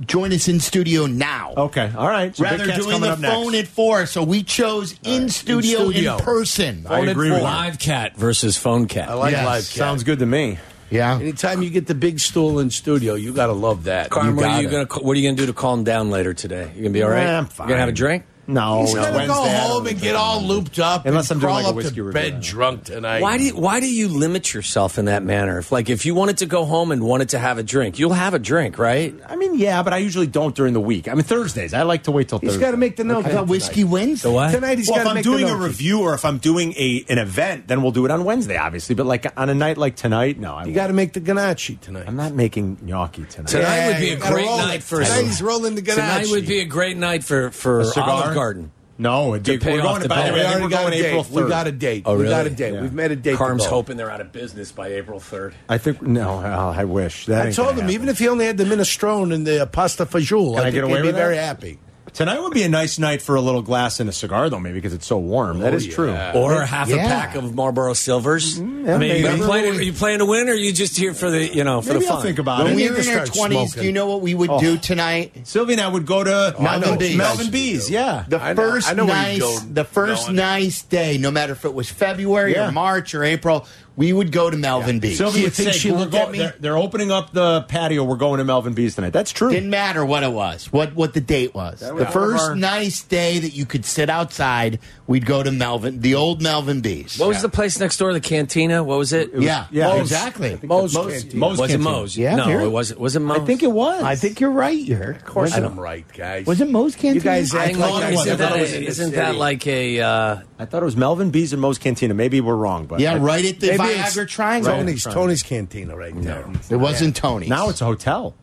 [SPEAKER 15] join us in studio now.
[SPEAKER 2] Okay, all right. So Big
[SPEAKER 15] Rather
[SPEAKER 2] Cat's
[SPEAKER 15] doing
[SPEAKER 2] coming
[SPEAKER 15] the
[SPEAKER 2] up next.
[SPEAKER 15] phone at four, so we chose in, studio, in
[SPEAKER 2] studio.
[SPEAKER 15] person.
[SPEAKER 2] I Phone at agree with four. you.
[SPEAKER 14] Live cat versus phone cat.
[SPEAKER 15] Yes.
[SPEAKER 2] Sounds good to me.
[SPEAKER 15] Yeah.
[SPEAKER 3] Anytime you get the big stool in studio, you got to love that. you
[SPEAKER 14] Carmen, what are
[SPEAKER 3] gotta.
[SPEAKER 14] you gonna what are you gonna do to calm down later today? You gonna be all right?
[SPEAKER 2] Nah, I'm
[SPEAKER 14] You gonna have a
[SPEAKER 2] fine.
[SPEAKER 14] drink?
[SPEAKER 2] No,
[SPEAKER 3] He's
[SPEAKER 2] no.
[SPEAKER 3] gonna go
[SPEAKER 2] Wednesday, I don't
[SPEAKER 3] home and get all looped up.
[SPEAKER 2] Unless
[SPEAKER 3] and
[SPEAKER 2] I'm doing
[SPEAKER 3] crawl
[SPEAKER 2] like a
[SPEAKER 3] up
[SPEAKER 2] whiskey
[SPEAKER 3] to
[SPEAKER 2] review.
[SPEAKER 3] bed drunk tonight.
[SPEAKER 14] Why do you, why do you limit yourself in that manner? If like if you wanted to go home and wanted to have a drink, you'll have a drink, right?
[SPEAKER 2] I mean, yeah, but I usually don't during the week. I mean, Thursdays. I like to wait till
[SPEAKER 15] He's
[SPEAKER 2] Thursday.
[SPEAKER 15] got to make the note. I got whiskey Wednesday.
[SPEAKER 14] The what?
[SPEAKER 2] Tonight
[SPEAKER 15] he's
[SPEAKER 2] well,
[SPEAKER 15] gotta
[SPEAKER 2] if I'm
[SPEAKER 15] make the
[SPEAKER 2] doing a
[SPEAKER 15] note.
[SPEAKER 2] review or if I'm doing a an event, then we'll do it on Wednesday, obviously. But like on a night like tonight, no, I
[SPEAKER 3] You
[SPEAKER 2] won't.
[SPEAKER 3] got to make the ganache tonight.
[SPEAKER 2] I'm not making gnocchi tonight.
[SPEAKER 14] Tonight
[SPEAKER 3] Yeah,
[SPEAKER 14] would be
[SPEAKER 3] you
[SPEAKER 14] a
[SPEAKER 3] gotta
[SPEAKER 14] great
[SPEAKER 3] roll
[SPEAKER 14] night
[SPEAKER 3] it.
[SPEAKER 14] for
[SPEAKER 3] Tonight he's rolling the
[SPEAKER 14] Tonight
[SPEAKER 3] ganache.
[SPEAKER 14] would be a great night for for
[SPEAKER 2] A cigar?
[SPEAKER 14] Olive Garden.
[SPEAKER 2] No, it'd be,
[SPEAKER 14] To pay
[SPEAKER 2] we're
[SPEAKER 14] off
[SPEAKER 2] going.
[SPEAKER 14] the
[SPEAKER 2] by
[SPEAKER 14] bill.
[SPEAKER 2] the way,
[SPEAKER 14] We
[SPEAKER 2] I think
[SPEAKER 3] already
[SPEAKER 2] we're
[SPEAKER 3] got
[SPEAKER 2] going
[SPEAKER 3] a date.
[SPEAKER 2] April
[SPEAKER 3] We
[SPEAKER 2] third.
[SPEAKER 3] got a date.
[SPEAKER 14] Oh,
[SPEAKER 3] We got
[SPEAKER 14] really?
[SPEAKER 3] a date.
[SPEAKER 2] Yeah.
[SPEAKER 3] We've made a date. to
[SPEAKER 14] Carm's
[SPEAKER 3] go.
[SPEAKER 14] hoping they're out of business by April third.
[SPEAKER 2] I think no. oh, I wish that.
[SPEAKER 3] I
[SPEAKER 2] ain't
[SPEAKER 3] told him
[SPEAKER 2] gonna happen.
[SPEAKER 3] even if he only had the minestrone and the pasta fagioli,
[SPEAKER 2] Can I
[SPEAKER 3] I,
[SPEAKER 2] get
[SPEAKER 3] think
[SPEAKER 2] away
[SPEAKER 3] he'd be
[SPEAKER 2] with that?
[SPEAKER 3] very happy.
[SPEAKER 2] tonight would be a nice night for a little glass and a cigar, though, maybe because it's so warm. that
[SPEAKER 3] Oh,
[SPEAKER 2] is
[SPEAKER 3] yeah.
[SPEAKER 2] true.
[SPEAKER 14] Or half
[SPEAKER 15] Yeah.
[SPEAKER 14] a pack of Marlboro Silvers.
[SPEAKER 2] Mm, yeah,
[SPEAKER 14] I mean,
[SPEAKER 2] maybe.
[SPEAKER 14] you playing, are you playing to win, or are you just here for the you know for
[SPEAKER 2] Maybe
[SPEAKER 14] the
[SPEAKER 2] I'll
[SPEAKER 14] fun?
[SPEAKER 2] think about
[SPEAKER 15] When
[SPEAKER 2] it.
[SPEAKER 15] we
[SPEAKER 3] need
[SPEAKER 15] were
[SPEAKER 3] to
[SPEAKER 15] in our
[SPEAKER 3] start
[SPEAKER 15] twenties,
[SPEAKER 3] smoking.
[SPEAKER 15] do you know what we would
[SPEAKER 2] Oh.
[SPEAKER 15] do tonight?
[SPEAKER 2] Sylvia and Oh, I would go to
[SPEAKER 15] Melvin B's.
[SPEAKER 2] Melvin B's, yeah.
[SPEAKER 15] The
[SPEAKER 3] I know-
[SPEAKER 15] first
[SPEAKER 3] I know where you
[SPEAKER 15] nice,
[SPEAKER 3] go
[SPEAKER 15] the first
[SPEAKER 3] going.
[SPEAKER 15] nice day, no matter if it was February
[SPEAKER 2] Yeah.
[SPEAKER 15] or March or April, we would go to Melvin Beach.
[SPEAKER 2] Sylvia
[SPEAKER 15] You
[SPEAKER 2] would
[SPEAKER 15] think
[SPEAKER 2] say, "We're go- They're, they're opening up the patio. We're going to Melvin B's tonight. That's true.
[SPEAKER 15] Didn't matter what it was, what what the date was.
[SPEAKER 2] That
[SPEAKER 15] The
[SPEAKER 2] was one of
[SPEAKER 15] first
[SPEAKER 2] our-
[SPEAKER 15] nice day that you could sit outside, we'd go to Melvin, the old Melvin Bees.
[SPEAKER 14] What was the place next door? The Cantina. What was it?
[SPEAKER 15] yeah,
[SPEAKER 2] yeah,
[SPEAKER 15] yeah,
[SPEAKER 2] Moe's.
[SPEAKER 15] exactly.
[SPEAKER 3] Moe's Cantina.
[SPEAKER 2] Moe's
[SPEAKER 14] was it
[SPEAKER 2] Cantina.
[SPEAKER 14] Moe's?
[SPEAKER 15] Yeah,
[SPEAKER 14] no,
[SPEAKER 15] here.
[SPEAKER 14] it wasn't. Was it Moe's?
[SPEAKER 2] I think it was.
[SPEAKER 15] I think you're right. You're of course.
[SPEAKER 3] I'm right, guys.
[SPEAKER 15] Was it Moe's Cantina?
[SPEAKER 3] You guys
[SPEAKER 14] I
[SPEAKER 3] act
[SPEAKER 14] think
[SPEAKER 3] like
[SPEAKER 14] Moe's-
[SPEAKER 3] I
[SPEAKER 2] was.
[SPEAKER 14] isn't
[SPEAKER 3] said
[SPEAKER 14] that,
[SPEAKER 3] I was in the
[SPEAKER 14] isn't
[SPEAKER 3] city.
[SPEAKER 14] that like a? Uh,
[SPEAKER 2] I thought it was Melvin B's and Moe's Cantina. Maybe we're wrong, but
[SPEAKER 15] yeah,
[SPEAKER 2] I-
[SPEAKER 15] right at the
[SPEAKER 3] Maybe it's
[SPEAKER 15] Viagra Triangle.
[SPEAKER 3] Tony's Tony's Cantina right there.
[SPEAKER 15] It wasn't Tony's.
[SPEAKER 2] Now it's a hotel.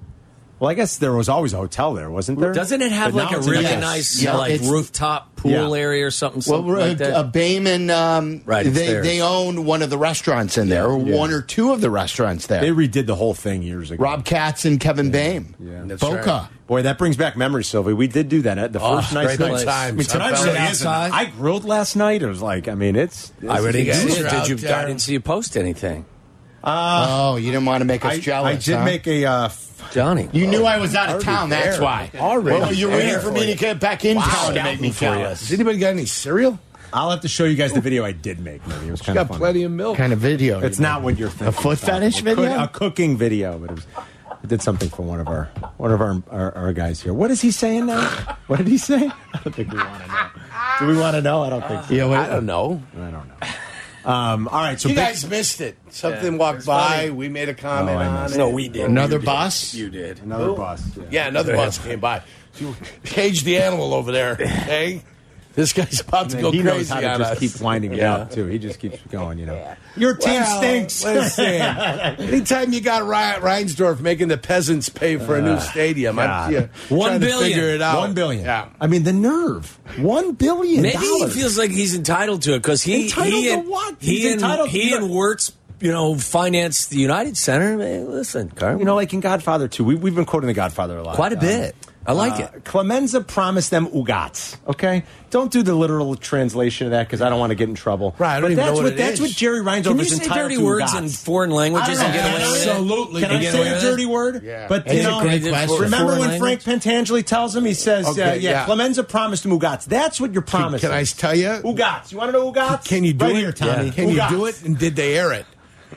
[SPEAKER 2] Well, I guess there was always a hotel there, wasn't there?
[SPEAKER 14] doesn't it have
[SPEAKER 2] But
[SPEAKER 14] like
[SPEAKER 2] now
[SPEAKER 14] a
[SPEAKER 2] it's an
[SPEAKER 14] really
[SPEAKER 15] yes.
[SPEAKER 14] nice
[SPEAKER 15] Yeah,
[SPEAKER 14] like
[SPEAKER 15] it's-
[SPEAKER 14] rooftop pool
[SPEAKER 2] Yeah.
[SPEAKER 14] area or something?
[SPEAKER 15] Well,
[SPEAKER 14] something like
[SPEAKER 15] uh,
[SPEAKER 14] that?
[SPEAKER 15] uh, Bayman, um,
[SPEAKER 14] Right, it's
[SPEAKER 15] they,
[SPEAKER 14] theirs.
[SPEAKER 15] they own one of the restaurants in there, or
[SPEAKER 2] Yeah, yeah.
[SPEAKER 15] one or two of the restaurants there.
[SPEAKER 2] They redid the whole thing years ago.
[SPEAKER 15] Rob Katz and Kevin Baim.
[SPEAKER 3] That's
[SPEAKER 15] Boca.
[SPEAKER 2] boy, that brings back memories, Sylvie. We did do that at the
[SPEAKER 3] Oh,
[SPEAKER 2] first night.
[SPEAKER 3] great
[SPEAKER 2] night. I
[SPEAKER 3] times.
[SPEAKER 2] mean, tonight
[SPEAKER 3] Outback.
[SPEAKER 2] really isn't.
[SPEAKER 14] Outside.
[SPEAKER 2] I grilled last night. It was like, I mean, it's.
[SPEAKER 14] I
[SPEAKER 2] it's-
[SPEAKER 14] already
[SPEAKER 3] You guys
[SPEAKER 14] did.
[SPEAKER 3] are
[SPEAKER 14] Did
[SPEAKER 3] out
[SPEAKER 14] you? I
[SPEAKER 3] there.
[SPEAKER 14] didn't see you post anything,
[SPEAKER 15] oh, you didn't want to make us
[SPEAKER 2] Uh, I,
[SPEAKER 15] jealous.
[SPEAKER 2] I did
[SPEAKER 15] huh?
[SPEAKER 2] make a. Uh, f-
[SPEAKER 14] Johnny.
[SPEAKER 15] You knew I was out of town. That's
[SPEAKER 2] there.
[SPEAKER 15] why.
[SPEAKER 2] Already
[SPEAKER 15] Well, you're
[SPEAKER 2] there
[SPEAKER 15] waiting for
[SPEAKER 2] for
[SPEAKER 15] me
[SPEAKER 2] you.
[SPEAKER 15] to get back in town to make me jealous.
[SPEAKER 3] Has anybody got any cereal?
[SPEAKER 2] I'll have to show you guys the video I did make. Maybe it was
[SPEAKER 3] You
[SPEAKER 2] kind
[SPEAKER 3] got
[SPEAKER 2] of fun.
[SPEAKER 3] plenty of milk.
[SPEAKER 15] What kind of video?
[SPEAKER 2] It's
[SPEAKER 15] you
[SPEAKER 2] not what you're thinking.
[SPEAKER 15] foot
[SPEAKER 2] It's not.
[SPEAKER 15] fetish
[SPEAKER 2] A cook-
[SPEAKER 15] video?
[SPEAKER 2] a cooking video, but it was, I did something for one of our one of our, our our guys here. What is he saying now? What did he say? I don't think we want to know. Do we want to know? I don't think. So.
[SPEAKER 15] make? Yeah, wait,
[SPEAKER 3] I don't know.
[SPEAKER 2] I don't know. Um, all right, so
[SPEAKER 3] You
[SPEAKER 2] big-
[SPEAKER 3] guys missed it. Something walked by. We made a comment
[SPEAKER 2] Oh, I
[SPEAKER 3] on
[SPEAKER 2] missed
[SPEAKER 3] it.
[SPEAKER 14] No, we did.
[SPEAKER 15] Another bus?
[SPEAKER 14] You did.
[SPEAKER 2] another bus. Yeah.
[SPEAKER 3] Yeah, another bus came by. You Cage the animal over there. Hey, this guy's about to
[SPEAKER 2] And
[SPEAKER 3] go
[SPEAKER 2] he
[SPEAKER 3] crazy
[SPEAKER 2] knows how to
[SPEAKER 3] on
[SPEAKER 2] just
[SPEAKER 3] us.
[SPEAKER 2] keep winding it
[SPEAKER 3] Yeah.
[SPEAKER 2] up too. He just keeps going. You know, your team
[SPEAKER 3] Well,
[SPEAKER 2] stinks.
[SPEAKER 3] listen, anytime you got Ry- Reinsdorf making the peasants pay for a new stadium,
[SPEAKER 2] God.
[SPEAKER 3] I'm yeah,
[SPEAKER 14] One
[SPEAKER 3] trying
[SPEAKER 14] billion.
[SPEAKER 3] to figure it out.
[SPEAKER 2] One billion.
[SPEAKER 3] Yeah.
[SPEAKER 2] I mean, the nerve. One billion.
[SPEAKER 14] Maybe he
[SPEAKER 2] dollars.
[SPEAKER 14] feels like he's entitled to it because he
[SPEAKER 2] Entitled
[SPEAKER 14] he
[SPEAKER 2] to
[SPEAKER 14] and,
[SPEAKER 2] what?
[SPEAKER 14] He
[SPEAKER 2] He's
[SPEAKER 14] and
[SPEAKER 2] entitled
[SPEAKER 14] he
[SPEAKER 2] to-
[SPEAKER 14] and Wirtz, you know, financed the United Center. Hey, listen, Carl,
[SPEAKER 2] You know, like in Godfather 2, we, we've been quoting The Godfather a lot.
[SPEAKER 14] quite a
[SPEAKER 2] Um,
[SPEAKER 14] bit. I like
[SPEAKER 2] uh,
[SPEAKER 14] it.
[SPEAKER 2] Clemenza promised them ugats, okay? Don't do the literal translation of that because I don't want to get in trouble.
[SPEAKER 3] Right, I don't
[SPEAKER 2] but
[SPEAKER 3] even
[SPEAKER 2] that's
[SPEAKER 3] know what
[SPEAKER 2] what
[SPEAKER 3] it
[SPEAKER 2] that's
[SPEAKER 3] is.
[SPEAKER 2] what Jerry Reinsdorf
[SPEAKER 14] Can you
[SPEAKER 2] is
[SPEAKER 14] say
[SPEAKER 2] entitled
[SPEAKER 14] dirty
[SPEAKER 2] to
[SPEAKER 14] words
[SPEAKER 2] ugats.
[SPEAKER 14] in foreign languages
[SPEAKER 2] I don't
[SPEAKER 14] and get
[SPEAKER 2] know.
[SPEAKER 14] away with it?
[SPEAKER 3] Absolutely.
[SPEAKER 2] Can
[SPEAKER 3] You
[SPEAKER 2] I
[SPEAKER 14] get away
[SPEAKER 2] say a
[SPEAKER 14] with
[SPEAKER 2] dirty
[SPEAKER 14] it?
[SPEAKER 2] word?
[SPEAKER 3] Yeah.
[SPEAKER 2] But
[SPEAKER 15] That's
[SPEAKER 2] you
[SPEAKER 15] a
[SPEAKER 2] know,
[SPEAKER 15] great question.
[SPEAKER 2] remember
[SPEAKER 14] Foreign
[SPEAKER 2] when Frank Pentangeli tells him, he says,
[SPEAKER 3] Okay,
[SPEAKER 2] uh, yeah,
[SPEAKER 3] yeah.
[SPEAKER 2] Clemenza promised him ugats. That's what you're promising.
[SPEAKER 3] Can I tell you?
[SPEAKER 2] Ugats. You want to know ugats?
[SPEAKER 3] Can you do
[SPEAKER 2] right
[SPEAKER 3] it,
[SPEAKER 2] here, Tommy?
[SPEAKER 3] Can you
[SPEAKER 2] Ugats.
[SPEAKER 3] do it? And did they air it?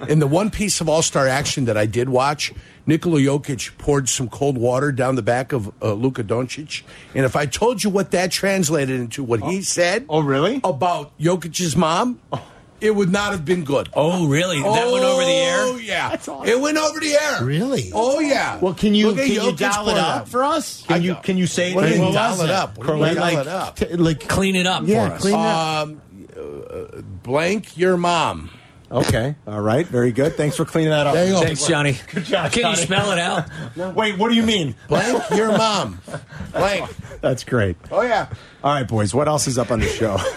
[SPEAKER 3] In the one piece of All Star action that I did watch, Nikola Jokic poured some cold water down the back of uh, Luka Doncic, and if I told you what that translated into, what he said,
[SPEAKER 2] Oh, really?
[SPEAKER 3] about Jokic's mom, it would not have been good.
[SPEAKER 14] Oh, really? that went over the
[SPEAKER 3] Oh
[SPEAKER 14] air.
[SPEAKER 3] yeah, it went over the air.
[SPEAKER 15] Really?
[SPEAKER 3] Oh yeah.
[SPEAKER 15] Well, can you
[SPEAKER 3] Look at
[SPEAKER 15] can you
[SPEAKER 3] Jokic
[SPEAKER 15] dial
[SPEAKER 3] pour
[SPEAKER 15] it
[SPEAKER 3] out.
[SPEAKER 15] up for us?
[SPEAKER 2] Can you can you say
[SPEAKER 3] What do
[SPEAKER 2] it?
[SPEAKER 3] you mean
[SPEAKER 2] What
[SPEAKER 3] dial
[SPEAKER 2] was
[SPEAKER 3] it up? What do you mean dial it up?
[SPEAKER 15] t- like
[SPEAKER 14] Clean it up
[SPEAKER 15] yeah,
[SPEAKER 14] for us.
[SPEAKER 15] clean it up.
[SPEAKER 3] Um, uh, blank your mom.
[SPEAKER 2] Okay. All right. Very good. Thanks for cleaning that up.
[SPEAKER 3] There you go.
[SPEAKER 14] Thanks, Johnny. Good
[SPEAKER 2] job,
[SPEAKER 14] Can
[SPEAKER 2] Johnny.
[SPEAKER 14] you spell it out?
[SPEAKER 2] Wait, what do you mean?
[SPEAKER 3] Blank your mom. Blank.
[SPEAKER 2] That's great.
[SPEAKER 3] Oh yeah.
[SPEAKER 2] All right, boys. What else is up on the show?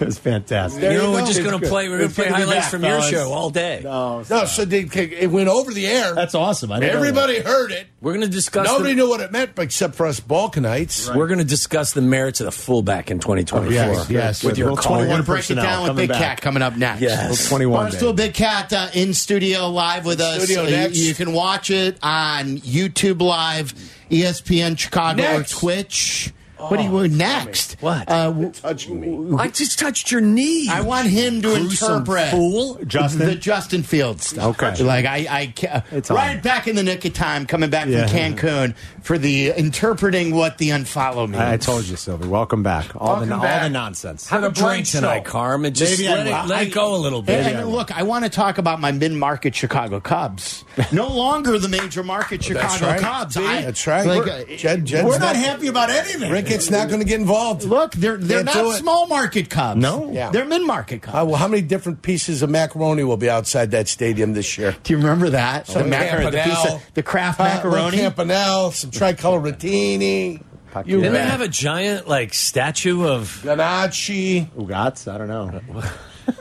[SPEAKER 2] It's fantastic.
[SPEAKER 14] you know, we're just going to play. We're going to play
[SPEAKER 3] Good to be
[SPEAKER 14] highlights
[SPEAKER 3] back,
[SPEAKER 14] from
[SPEAKER 3] fellas.
[SPEAKER 14] your show all day. No,
[SPEAKER 3] No, so they, it went over the air. That's
[SPEAKER 15] awesome.
[SPEAKER 14] I didn't know
[SPEAKER 3] Everybody
[SPEAKER 14] that.
[SPEAKER 3] heard it.
[SPEAKER 14] We're going to discuss. the-
[SPEAKER 3] Nobody knew what it meant except for us Balkanites.
[SPEAKER 14] We're going to discuss the merits of the fullback in 2024.
[SPEAKER 15] Yes, yes.
[SPEAKER 14] with your
[SPEAKER 15] We'll
[SPEAKER 14] call.
[SPEAKER 15] We're gonna break it down with Big Cat coming up next.
[SPEAKER 14] Yes. Little 21
[SPEAKER 15] Barstool Big Cat uh, in studio live with
[SPEAKER 3] In
[SPEAKER 15] us.
[SPEAKER 3] studio
[SPEAKER 15] Uh, you-
[SPEAKER 3] next.
[SPEAKER 15] You, can watch it on YouTube Live, E ESPN Chicago,
[SPEAKER 3] Next.
[SPEAKER 15] or Twitch. what do you want next? What?
[SPEAKER 3] touching
[SPEAKER 15] me.
[SPEAKER 14] I just touched your knee.
[SPEAKER 15] I want him to
[SPEAKER 14] Gruesome
[SPEAKER 15] interpret
[SPEAKER 14] fool.
[SPEAKER 15] Justin? the Justin Fields stuff.
[SPEAKER 2] Okay.
[SPEAKER 15] Like I, I ca- right back in the nick of time, coming back
[SPEAKER 2] Yeah.
[SPEAKER 15] from Cancun for the interpreting what the unfollow means.
[SPEAKER 2] I I told you, Silver. Welcome back. All
[SPEAKER 15] Welcome
[SPEAKER 2] the
[SPEAKER 15] back.
[SPEAKER 2] all the nonsense.
[SPEAKER 15] Have a
[SPEAKER 14] drink tonight, Carm, and just let it- let it go a little bit.
[SPEAKER 15] And, and look, I want to talk about my mid-market Chicago Cubs. No longer the major market Chicago
[SPEAKER 3] right.
[SPEAKER 15] Cubs.
[SPEAKER 3] See?
[SPEAKER 15] I-
[SPEAKER 3] That's right.
[SPEAKER 15] like,
[SPEAKER 3] We're-
[SPEAKER 15] uh,
[SPEAKER 3] Jed- Jed's
[SPEAKER 15] we're not
[SPEAKER 3] not-
[SPEAKER 15] happy about anything.
[SPEAKER 3] Ricketts not going to get involved.
[SPEAKER 15] Look, they're they're
[SPEAKER 3] Can't do
[SPEAKER 15] not
[SPEAKER 3] it.
[SPEAKER 15] small market Cubs.
[SPEAKER 3] No. Yeah.
[SPEAKER 15] they're mid-market Cubs.
[SPEAKER 3] Uh, well, how many different pieces of macaroni will be outside that stadium this year?
[SPEAKER 15] Do you remember that?
[SPEAKER 3] Some
[SPEAKER 15] the macaroni, the,
[SPEAKER 3] Campanelle.
[SPEAKER 15] piece of- the Kraft
[SPEAKER 3] Uh,
[SPEAKER 15] macaroni.
[SPEAKER 3] well, Campanelle, some tricolor rotini. You
[SPEAKER 14] Didn't they
[SPEAKER 3] bet.
[SPEAKER 14] have a giant like statue of
[SPEAKER 3] Ganache?
[SPEAKER 2] Ugats? I don't know.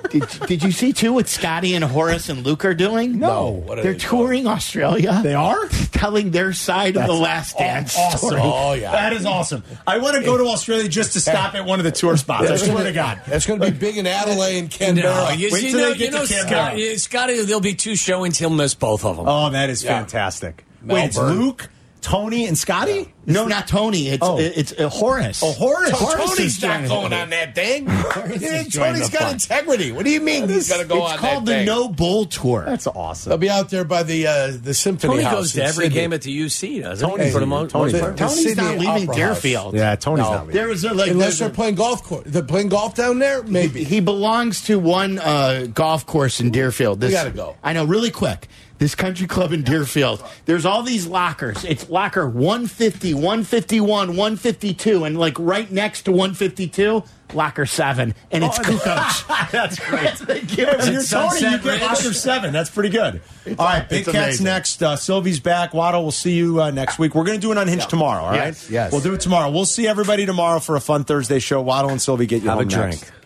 [SPEAKER 15] did, did you see too what Scotty and Horace and Luke are doing?
[SPEAKER 2] No. What are
[SPEAKER 15] they're
[SPEAKER 2] they
[SPEAKER 15] touring Australia.
[SPEAKER 2] They are?
[SPEAKER 15] telling their side of
[SPEAKER 2] That's
[SPEAKER 15] the Last Dance
[SPEAKER 2] awesome.
[SPEAKER 15] story.
[SPEAKER 3] Oh, yeah.
[SPEAKER 2] That is awesome. I want to go to Australia just to stop at one of the tour spots. I
[SPEAKER 3] That's
[SPEAKER 2] swear
[SPEAKER 3] gonna-
[SPEAKER 2] to God.
[SPEAKER 3] That's going to be big in Adelaide and
[SPEAKER 14] No,
[SPEAKER 3] Canberra.
[SPEAKER 14] you,
[SPEAKER 2] Wait
[SPEAKER 14] you
[SPEAKER 2] till
[SPEAKER 14] know,
[SPEAKER 2] they get
[SPEAKER 14] you know
[SPEAKER 2] to Canberra.
[SPEAKER 14] Scotty, Scotty, there'll be two showings. He'll miss both of them.
[SPEAKER 2] Oh, that is
[SPEAKER 14] Yeah.
[SPEAKER 2] fantastic. Wait, it's
[SPEAKER 14] Melbourne.
[SPEAKER 2] Luke, Tony, and Scotty?
[SPEAKER 15] No, not Tony. It's
[SPEAKER 2] Oh.
[SPEAKER 15] it's uh, Horace.
[SPEAKER 2] Oh, Horace.
[SPEAKER 15] is
[SPEAKER 3] Tony's not
[SPEAKER 15] joining
[SPEAKER 3] going
[SPEAKER 15] the-
[SPEAKER 3] on that thing.
[SPEAKER 15] is joining
[SPEAKER 3] Tony's
[SPEAKER 15] the
[SPEAKER 3] got
[SPEAKER 15] fun.
[SPEAKER 3] integrity. What do you mean he's going to go
[SPEAKER 15] it's
[SPEAKER 3] on
[SPEAKER 15] called
[SPEAKER 3] that
[SPEAKER 15] the
[SPEAKER 3] thing?
[SPEAKER 15] No Bull Tour.
[SPEAKER 2] That's awesome.
[SPEAKER 3] They'll be out there by the uh, the symphony
[SPEAKER 14] Tony
[SPEAKER 3] house.
[SPEAKER 14] goes to
[SPEAKER 3] in
[SPEAKER 14] every
[SPEAKER 3] Sydney.
[SPEAKER 14] game at the UC, doesn't he?
[SPEAKER 2] Tony's
[SPEAKER 14] For the
[SPEAKER 2] in-
[SPEAKER 14] mo-
[SPEAKER 2] Tony's
[SPEAKER 14] most
[SPEAKER 2] in.
[SPEAKER 14] part.
[SPEAKER 3] The
[SPEAKER 15] Tony's not
[SPEAKER 3] Sydney
[SPEAKER 15] leaving
[SPEAKER 3] Opera
[SPEAKER 15] Deerfield.
[SPEAKER 2] Yeah, Tony's
[SPEAKER 15] No.
[SPEAKER 2] not leaving.
[SPEAKER 15] There was a, like
[SPEAKER 3] Unless
[SPEAKER 15] there's a-
[SPEAKER 3] they're playing golf course. They're playing golf down there? Maybe.
[SPEAKER 15] He belongs to one uh, golf course in Deerfield. This,
[SPEAKER 3] gotta go.
[SPEAKER 15] I know, really quick. This country club in Deerfield. There's all these lockers. It's locker 150, 151, 152, and like right next to 152, locker seven, and it's Kukoc.
[SPEAKER 2] That's great.
[SPEAKER 15] Yeah,
[SPEAKER 2] If you're Tony, you
[SPEAKER 14] Sunset
[SPEAKER 2] get
[SPEAKER 14] Ridge.
[SPEAKER 2] Oscar seven. That's pretty good. All right, Big
[SPEAKER 15] it's
[SPEAKER 2] Cat's
[SPEAKER 15] amazing.
[SPEAKER 2] next. Uh, Sylvie's back. Waddle, we'll see you uh, next week. We're going to do it on Hinge tomorrow. All right.
[SPEAKER 15] Yes, yes.
[SPEAKER 2] We'll do it tomorrow. We'll see everybody tomorrow for a fun Thursday show. Waddle and Sylvie get you
[SPEAKER 14] Have a
[SPEAKER 2] home
[SPEAKER 14] drink.
[SPEAKER 2] next.